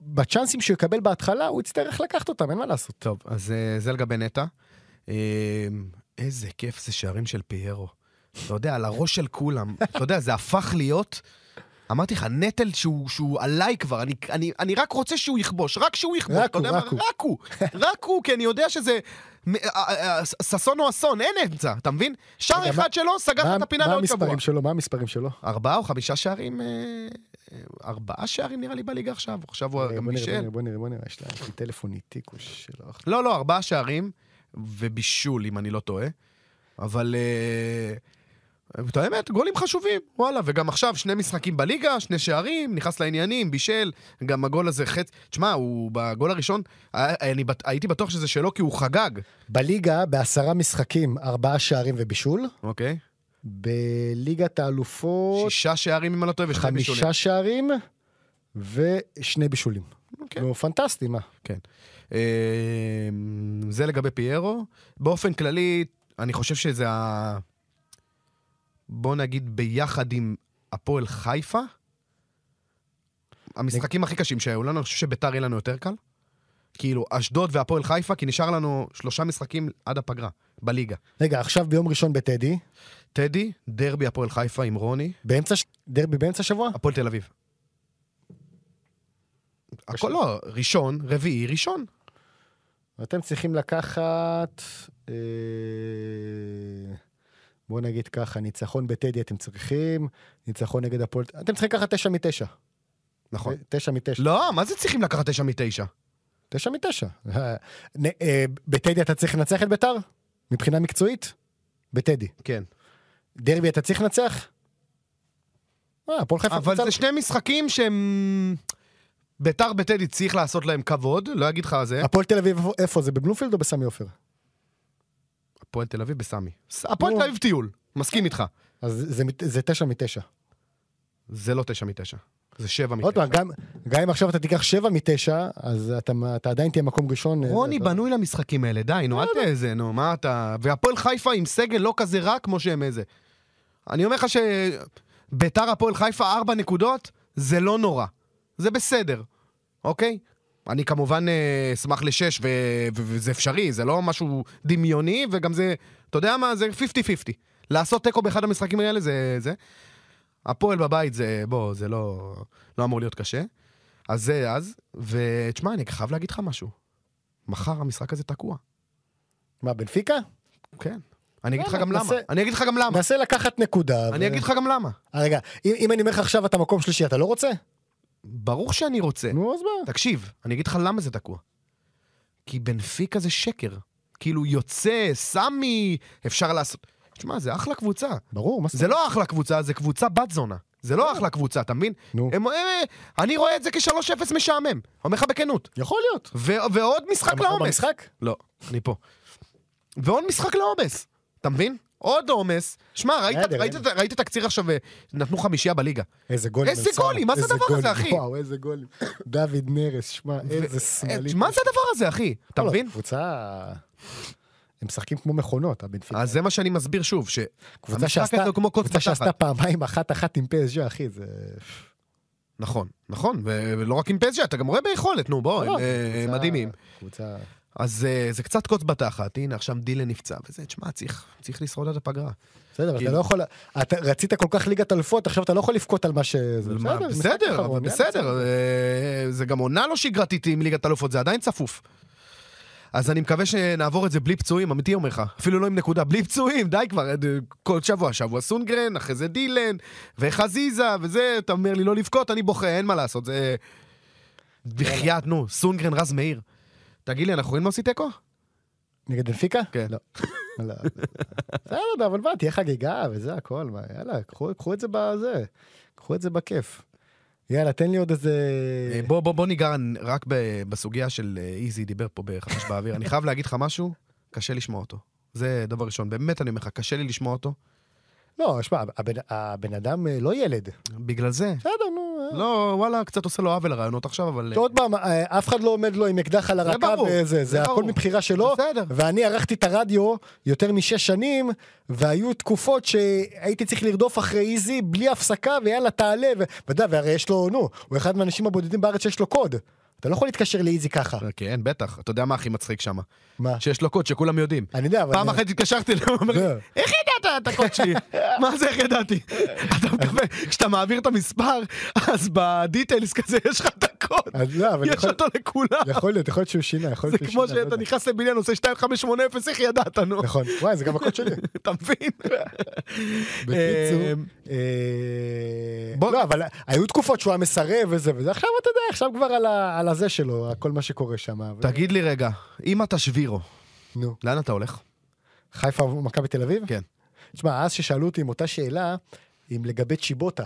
[SPEAKER 1] בצ'אנסים שהוא יקבל בהתחלה, הוא יצטרך לקחת אותם, אין מה לעשות.
[SPEAKER 2] טוב, אז אה, זה לגבי נטע. אה, איזה כיף זה שערים של פיירו. אתה יודע, על הראש של כולם. אתה יודע, זה הפך להיות... אמרתי לך, נטל שהוא, שהוא עליי כבר, אני, אני, אני רק רוצה שהוא יכבוש, רק שהוא יכבוש,
[SPEAKER 1] רק
[SPEAKER 2] אתה
[SPEAKER 1] הוא,
[SPEAKER 2] יודע מה?
[SPEAKER 1] רק הוא.
[SPEAKER 2] רק הוא, רק הוא, כי אני יודע שזה מ- אה, אה, אה, ששון או אסון, אין אמצע, אתה מבין? שער
[SPEAKER 1] רגע,
[SPEAKER 2] אחד
[SPEAKER 1] אוקיי, מה-
[SPEAKER 2] שלו, סגר
[SPEAKER 1] מה-
[SPEAKER 2] את הפינה
[SPEAKER 1] מה
[SPEAKER 2] לעוד שבוע.
[SPEAKER 1] המספרים שלו? מה המספרים שלו?
[SPEAKER 2] ארבעה או חמישה שערים, אה, אה, ארבעה שערים נראה לי בליגה עכשיו, עכשיו הוא
[SPEAKER 1] אה,
[SPEAKER 2] גם
[SPEAKER 1] בוא נראה, בוא
[SPEAKER 2] בישל.
[SPEAKER 1] נראה, בוא נראה, בוא נראה, יש לה יש לי טלפון איתי, כוש שלא אח-
[SPEAKER 2] לא, לא, ארבעה שערים ובישול, אם אני לא טועה. אבל... אה, את האמת, גולים חשובים, וואלה, וגם עכשיו שני משחקים בליגה, שני שערים, נכנס לעניינים, בישל, גם הגול הזה חץ... תשמע, הוא בגול הראשון, אה, אני בט- הייתי בטוח שזה שלו כי הוא חגג,
[SPEAKER 1] בליגה, בעשרה משחקים, ארבעה שערים ובישול.
[SPEAKER 2] אוקיי?
[SPEAKER 1] בליגת האלופות,
[SPEAKER 2] שישה שערים, אם אני לא טועה, ושני בישולים.
[SPEAKER 1] חמישה שערים ושני בישולים.
[SPEAKER 2] אוקיי.
[SPEAKER 1] נו, פנטסטי, מה?
[SPEAKER 2] כן. אה, אמ, זה לגבי פיירו. באופן כללי, אני חושב שזה ה... בוא נגיד ביחד עם הפועל חיפה, המשחקים הכי קשים שהיו לנו, אני חושב שביתר יהיה לנו יותר קל. כאילו, אשדוד והפועל חיפה, כי נשאר לנו שלושה משחקים עד הפגרה, בליגה.
[SPEAKER 1] רגע, עכשיו ביום ראשון בטדי,
[SPEAKER 2] טדי, דרבי הפועל חיפה עם רוני,
[SPEAKER 1] באמצע, ש- דרבי באמצע שבוע?
[SPEAKER 2] הפועל תל אביב. הכל לא, ראשון, רביעי, ראשון.
[SPEAKER 1] אתם צריכים לקחת, אה, בוא נגיד ככה, ניצחון בטדי אתם צריכים, ניצחון נגד הפועל, אתם צריכים לקחת תשע מתשע.
[SPEAKER 2] נכון.
[SPEAKER 1] תשע מתשע.
[SPEAKER 2] לא, מה זה צריכים לקחת תשע מתשע?
[SPEAKER 1] תשע מתשע. נ- אה, בטדי אתה צריך לנצח את ביתר? מבחינה מקצועית? בטדי.
[SPEAKER 2] כן.
[SPEAKER 1] דרבי אתה צריך לנצח? אה, הפועל חיפה
[SPEAKER 2] אבל
[SPEAKER 1] קבוצה-
[SPEAKER 2] זה שני משחקים שהם... ביתר בטדי צריך לעשות להם כבוד, לא אגיד לך זה.
[SPEAKER 1] הפועל תל אביב, איפה- איפה זה? בבלומפילד או בסמי עופר?
[SPEAKER 2] הפועל תל אביב בסמי. ס- הפועל
[SPEAKER 1] נו.
[SPEAKER 2] תל אביב טיול, מסכים איתך.
[SPEAKER 1] אז זה מת- זה תשע מתשע.
[SPEAKER 2] זה לא תשע מתשע, זה שבע
[SPEAKER 1] עוד
[SPEAKER 2] מתשע.
[SPEAKER 1] פעם, גם- גם אם עכשיו אתה תיקח שבע מתשע, אז אתה אתה עדיין תהיה מקום ראשון. אה,
[SPEAKER 2] רוני
[SPEAKER 1] אתה- לא,
[SPEAKER 2] בנוי למשחקים האלה, די, נו, אל תהיה איזה, נו, מה אתה... והפועל חיפה עם סגל לא כזה רע כמו שהם איזה. אני אומר לך שביתר הפועל חיפה ארבע נקודות, זה לא נורא. זה בסדר, אוקיי? אני כמובן אה, אשמח לשש, ו- ו- וזה אפשרי, זה לא משהו דמיוני, וגם זה, אתה יודע מה, זה 50-50. לעשות תיקו באחד המשחקים האלה זה... זה. הפועל בבית זה, בוא, זה לא, לא אמור להיות קשה. אז זה אז, ותשמע, אני חייב להגיד לך משהו. מחר המשחק הזה תקוע.
[SPEAKER 1] מה, בנפיקה?
[SPEAKER 2] כן. אני אגיד לך
[SPEAKER 1] יאללה,
[SPEAKER 2] גם למה.
[SPEAKER 1] נעשה-
[SPEAKER 2] אני אגיד לך גם למה.
[SPEAKER 1] נסה לקחת נקודה.
[SPEAKER 2] אני
[SPEAKER 1] ו-
[SPEAKER 2] אגיד לך גם למה.
[SPEAKER 1] אה, רגע, אם אם אני אומר לך עכשיו אתה מקום שלישי, אתה לא רוצה?
[SPEAKER 2] ברור שאני רוצה.
[SPEAKER 1] נו, אז מה?
[SPEAKER 2] תקשיב, אני אגיד לך למה זה תקוע. כי בנפיקה זה שקר. כאילו, יוצא, סמי, אפשר לעשות... תשמע, זה אחלה קבוצה.
[SPEAKER 1] ברור, מה זה?
[SPEAKER 2] זה לא אחלה קבוצה, זה קבוצה בת זונה. זה לא אחלה קבוצה, אתה מבין?
[SPEAKER 1] נו.
[SPEAKER 2] הם- אה, אני רואה את זה כ-3-0 משעמם. אומר לך בכנות.
[SPEAKER 1] יכול להיות.
[SPEAKER 2] ו- ועוד משחק
[SPEAKER 1] אתה מחר
[SPEAKER 2] לעומס.
[SPEAKER 1] במשחק?
[SPEAKER 2] לא, אני פה. ועוד משחק לעומס, אתה מבין? עוד עומס. שמע, ראית-
[SPEAKER 1] בסדר,
[SPEAKER 2] ראית
[SPEAKER 1] אין.
[SPEAKER 2] ראית תקציר עכשיו, אה, נתנו חמישייה בליגה.
[SPEAKER 1] איזה גולים.
[SPEAKER 2] איזה
[SPEAKER 1] הרצאה.
[SPEAKER 2] גולים? מה זה
[SPEAKER 1] איזה
[SPEAKER 2] הדבר הזה,
[SPEAKER 1] גולים.
[SPEAKER 2] אחי?
[SPEAKER 1] וואו, איזה גולים. דוד נרס, שמע, איזה שמאלי.
[SPEAKER 2] אה, מה זה הדבר הזה, אחי? אתה
[SPEAKER 1] לא,
[SPEAKER 2] מבין?
[SPEAKER 1] קבוצה... הם משחקים כמו מכונות, הבנפיקה.
[SPEAKER 2] אז זה מה שאני מסביר שוב, ש...
[SPEAKER 1] קבוצה
[SPEAKER 2] המשחק
[SPEAKER 1] שעשתה-
[SPEAKER 2] הזה הוא כמו קוץ
[SPEAKER 1] קבוצה שעשתה
[SPEAKER 2] בתחת.
[SPEAKER 1] פעמיים אחת-אחת עם פסג'ה, אחי, זה...
[SPEAKER 2] נכון, נכון, ו- ולא רק עם פז'ה, אתה גם רואה ביכולת, נו, בוא, הם
[SPEAKER 1] לא,
[SPEAKER 2] אה,
[SPEAKER 1] קבוצה-
[SPEAKER 2] מדהימים.
[SPEAKER 1] קבוצה...
[SPEAKER 2] אז אה, זה קצת קוץ בתחת, הנה, עכשיו דילן נפצע, וזה, תשמע, צריך- צריך לשרוד עד הפגרה.
[SPEAKER 1] בסדר, אבל אתה
[SPEAKER 2] כאילו-
[SPEAKER 1] לא יכול... אתה רצית כל כך ליגת אלפות, עכשיו אתה לא יכול לבכות על מה ש... זה
[SPEAKER 2] מה,
[SPEAKER 1] בסדר, משחק
[SPEAKER 2] בסדר,
[SPEAKER 1] אחרון,
[SPEAKER 2] אבל
[SPEAKER 1] יאללה,
[SPEAKER 2] בסדר, אה, זה גם עונה לא שגרתית עם ליגת אלופות, זה עדיין צפוף. אז אני מקווה שנעבור את זה בלי פצועים, אמיתי אומר לך. אפילו לא עם נקודה, בלי פצועים, די כבר, אה, כל שבוע, שבוע סונגרן, אחרי זה דילן, וחזיזה, וזה, אתה אומר לי לא לבכות, אני בוכה, אין מה לעשות, זה... בחייאת, נו, סונגרן, רז מאיר. תגיד לי, אנחנו רואים מה עושים תיקו?
[SPEAKER 1] נגד בנפיקה?
[SPEAKER 2] כן.
[SPEAKER 1] לא. לא. בסדר, אבל מה, תהיה חגיגה וזה הכל, מה, יאללה, קחו קחו את זה בזה. קחו את זה בכיף. יאללה, תן לי עוד איזה...
[SPEAKER 2] אה, בוא, בוא, בוא ניגע רק ב- בסוגיה של אה, איזי דיבר פה בחמש באוויר. אני חייב להגיד לך משהו, קשה לשמוע אותו. זה דבר ראשון, באמת אני אומר לך, קשה לי לשמוע אותו.
[SPEAKER 1] לא, שמע, הבן, הבן אדם אה, לא ילד.
[SPEAKER 2] בגלל זה.
[SPEAKER 1] בסדר, נו. אה.
[SPEAKER 2] לא, וואלה, קצת עושה לו עוול הרעיונות עכשיו, אבל...
[SPEAKER 1] עוד פעם, אה, אף אחד לא עומד לו עם אקדח על הרקה
[SPEAKER 2] ברור,
[SPEAKER 1] וזה, זה,
[SPEAKER 2] זה
[SPEAKER 1] הכל
[SPEAKER 2] ברור.
[SPEAKER 1] מבחירה שלו.
[SPEAKER 2] בסדר.
[SPEAKER 1] ואני ערכתי את הרדיו יותר משש שנים, והיו תקופות שהייתי צריך לרדוף אחרי איזי בלי הפסקה, ויאללה, תעלה. ו- ואתה יודע, והרי יש לו, נו, הוא אחד מהאנשים הבודדים בארץ שיש לו קוד. אתה לא יכול להתקשר לאיזי ככה.
[SPEAKER 2] אה, כן, בטח. אתה יודע מה הכי מצחיק שם?
[SPEAKER 1] מה?
[SPEAKER 2] שיש לו קוד שכולם יודעים.
[SPEAKER 1] אני יודע, אבל...
[SPEAKER 2] פעם
[SPEAKER 1] אני-
[SPEAKER 2] אחת התקשרתי אליו, הוא אומר לי,
[SPEAKER 1] זהו.
[SPEAKER 2] איך ידעת את הקוד שלי? מה זה איך ידעתי? אתה מקווה, כשאתה מעביר את המספר, אז בדיטיילס כזה יש לך את הקוד.
[SPEAKER 1] אז לא, אבל
[SPEAKER 2] יש
[SPEAKER 1] יכול-
[SPEAKER 2] אותו לכולם.
[SPEAKER 1] יכול להיות, יכול להיות שהוא שינה, יכול
[SPEAKER 2] זה
[SPEAKER 1] להיות שהוא שינה.
[SPEAKER 2] כמו
[SPEAKER 1] לא יודע.
[SPEAKER 2] שאתה נכנס לבניין, עושה 2580, איך ידעת, נו?
[SPEAKER 1] נכון, וואי, זה גם הקוד שלי.
[SPEAKER 2] אתה מבין?
[SPEAKER 1] בקיצור,
[SPEAKER 2] אמ,
[SPEAKER 1] אה,
[SPEAKER 2] בוא-
[SPEAKER 1] לא, אבל היו תקופות שהוא היה מסרב וזה וזה, עכשיו אתה יודע, עכשיו כבר על ה- על הזה שלו, כל מה שקורה שם. אבל-
[SPEAKER 2] תגיד לי רגע, אם אתה שבירו,
[SPEAKER 1] נו,
[SPEAKER 2] לאן אתה הולך?
[SPEAKER 1] חיפה ומכבי תל אביב?
[SPEAKER 2] כן.
[SPEAKER 1] תשמע, אז ששאלו אותי עם אותה שאלה, אם לגבי צ'יבוטה,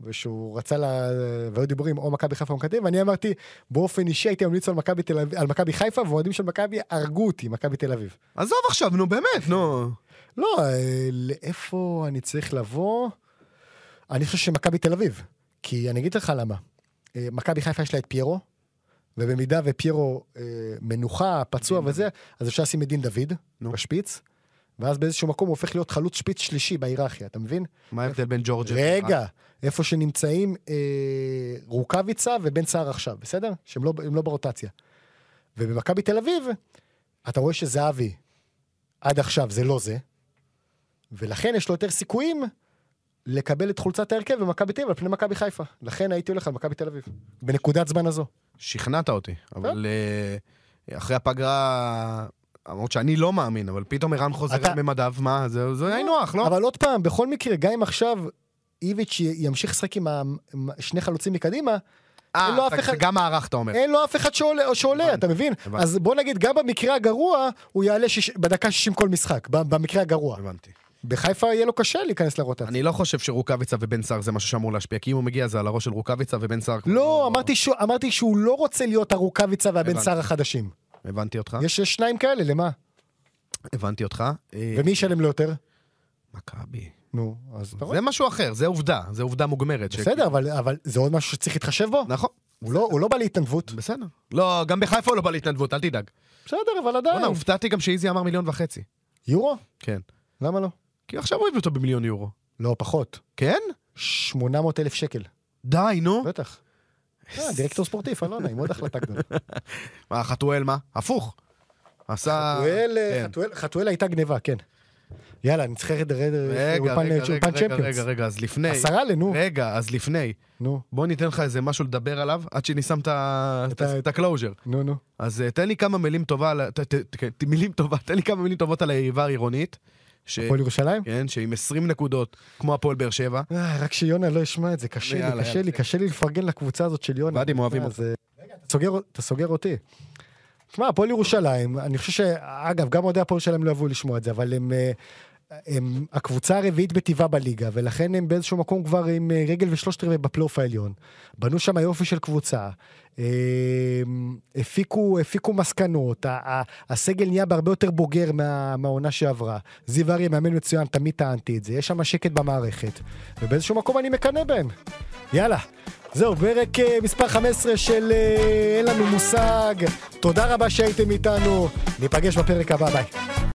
[SPEAKER 1] ושהוא רצה, לה... והיו דיבורים או מכבי חיפה או מכבי תל אביב, ואני אמרתי, באופן אישי הייתי ממליץ על מכבי תל אביב, על מכבי חיפה, ואוהדים של מכבי הרגו אותי, מכבי תל אביב.
[SPEAKER 2] עזוב עכשיו, נו באמת, נו.
[SPEAKER 1] לא, אה, לאיפה אני צריך לבוא? אני חושב שמכבי תל אביב. כי אני אגיד לך למה. אה, מכבי חיפה יש לה את פיירו, ובמידה ופיירו אה, מנוחה, פצוע וזה, אז אפשר לשים את דין דוד
[SPEAKER 2] נו.
[SPEAKER 1] בשפיץ, ואז באיזשהו מקום הוא הופך להיות חלוץ שפיץ שלישי בהיררכיה, אתה מבין?
[SPEAKER 2] מה ההבדל בין ג'ורג'ה?
[SPEAKER 1] רגע, איפה שנמצאים אה, רוקאביצה ובן סער עכשיו, בסדר? שהם לא, הם לא ברוטציה. ובמכבי תל אביב, אתה רואה שזהבי עד עכשיו זה לא זה, ולכן יש לו יותר סיכויים לקבל את חולצת ההרכב במכבי תל אביב על פני מכבי חיפה. לכן הייתי הולך על מכבי תל אביב, בנקודת זמן הזו.
[SPEAKER 2] שכנעת אותי, אבל אה, אחרי הפגרה, למרות שאני לא מאמין, אבל פתאום ערן חוזר
[SPEAKER 1] אתה-
[SPEAKER 2] לממדיו, מה, זה זה היה נוח, לא?
[SPEAKER 1] אבל עוד פעם, בכל מקרה, גם אם עכשיו איביץ' י- ימשיך לשחק עם ה- עם שני חלוצים מקדימה, אין לו
[SPEAKER 2] אה,
[SPEAKER 1] אף
[SPEAKER 2] אתה-
[SPEAKER 1] אחד- אה,
[SPEAKER 2] זה גם מערך, אתה אומר.
[SPEAKER 1] אין לו אף אחד שעולה, שעולה
[SPEAKER 2] כן. הבנתי,
[SPEAKER 1] אתה מבין?
[SPEAKER 2] הבנתי.
[SPEAKER 1] אז בוא נגיד, גם במקרה הגרוע, הוא יעלה שיש, בדקה 60 כל משחק, ב- במקרה הגרוע.
[SPEAKER 2] הבנתי.
[SPEAKER 1] בחיפה יהיה לו קשה להיכנס לרוטציה.
[SPEAKER 2] אני לא חושב שרוקאביצה ובן סער זה משהו שאמור להשפיע, כי אם הוא מגיע זה על הראש של רוקאביצה ובן סער... כבר
[SPEAKER 1] לא, אמרתי שהוא- אמרתי שהוא לא רוצה להיות הרוקאביצה והבן
[SPEAKER 2] הבנתי. אה?
[SPEAKER 1] סער החדשים.
[SPEAKER 2] הבנתי אותך,
[SPEAKER 1] יש יש שניים כאלה, למה?
[SPEAKER 2] הבנתי אותך. אה,
[SPEAKER 1] ומי ישלם לו יותר?
[SPEAKER 2] מכבי.
[SPEAKER 1] נו, אז אתה רואה.
[SPEAKER 2] זה משהו אחר, זה עובדה, זה עובדה מוגמרת. שכאילו-
[SPEAKER 1] בסדר, אבל- אבל זה עוד משהו שצריך להתחשב בו?
[SPEAKER 2] נכון,
[SPEAKER 1] הוא לא- הוא לא בא להתנדבות.
[SPEAKER 2] בסדר. לא, גם בחיפה הוא לא בא להתנדבות, אל תדאג.
[SPEAKER 1] אה. בסדר, אבל
[SPEAKER 2] בואנה,
[SPEAKER 1] עדיין.
[SPEAKER 2] הופתעתי גם שאיזי אמר מיליון וחצי.
[SPEAKER 1] יורו?
[SPEAKER 2] כן.
[SPEAKER 1] למה לא?
[SPEAKER 2] כי עכשיו הוא הביא אותו במיליון יורו.
[SPEAKER 1] לא, פחות.
[SPEAKER 2] כן?
[SPEAKER 1] 800 אלף שקל.
[SPEAKER 2] די, נו.
[SPEAKER 1] בטח. אה, דירקטור ספורטיף, אלונה, עם עוד החלטה גדולה.
[SPEAKER 2] מה, חתואל מה? הפוך. עשה...
[SPEAKER 1] חתואל, אה,
[SPEAKER 2] כן.
[SPEAKER 1] חתואל- חתואל הייתה גניבה, כן. יאללה, אני צריך לרדת
[SPEAKER 2] רגע,
[SPEAKER 1] לאולפן
[SPEAKER 2] רגע, רגע,
[SPEAKER 1] אולפן
[SPEAKER 2] רגע, רגע,
[SPEAKER 1] צ'מפיונס.
[SPEAKER 2] רגע, אז לפני.
[SPEAKER 1] עשרה לנו,
[SPEAKER 2] רגע, אז לפני.
[SPEAKER 1] נו,
[SPEAKER 2] בוא ניתן לך איזה משהו לדבר עליו, עד שאני שם את ה-
[SPEAKER 1] את ה-
[SPEAKER 2] את הקלוז'ר.
[SPEAKER 1] נו, נו.
[SPEAKER 2] אז אה, תן לי כמה מילים טובה, על ה- ת- ת- כן, ת- מילים טובה, תן לי כמה מילים טובות על היריבה העירונית. ש-
[SPEAKER 1] הפועל ירושלים?
[SPEAKER 2] כן, שעם 20 נקודות, כמו הפועל באר שבע.
[SPEAKER 1] אה, רק שיונה לא ישמע את זה, קשה
[SPEAKER 2] יאללה,
[SPEAKER 1] לי, קשה
[SPEAKER 2] יאללה.
[SPEAKER 1] לי, קשה לי לפרגן לקבוצה הזאת של יונה.
[SPEAKER 2] ועדים אוהבים
[SPEAKER 1] אה,
[SPEAKER 2] אותך.
[SPEAKER 1] זה- רגע, אתה סוגר- אתה סוגר אותי. תשמע, הפועל ירושלים, אני חושב ש... אגב, גם אוהדי הפועל ירושלים לא יבואו לשמוע את זה, אבל הם... אה, הם הקבוצה הרביעית בטבעה בליגה, ולכן הם באיזשהו מקום כבר עם אה, רגל ושלושת רבעי בפלייאוף העליון. בנו שם יופי של קבוצה, אה, אמ, הפיקו, הפיקו מסקנות, ה- ה- הסגל נהיה בהרבה יותר בוגר מה- מהעונה שעברה. זיו אריה מאמן מצוין, תמיד טענתי את זה, יש שם שקט במערכת, ובאיזשהו מקום אני מקנא בהם. יאללה. זהו, פרק אה, מספר 15 של אה, אין לנו מושג. תודה רבה שהייתם איתנו, ניפגש בפרק הבא, ביי.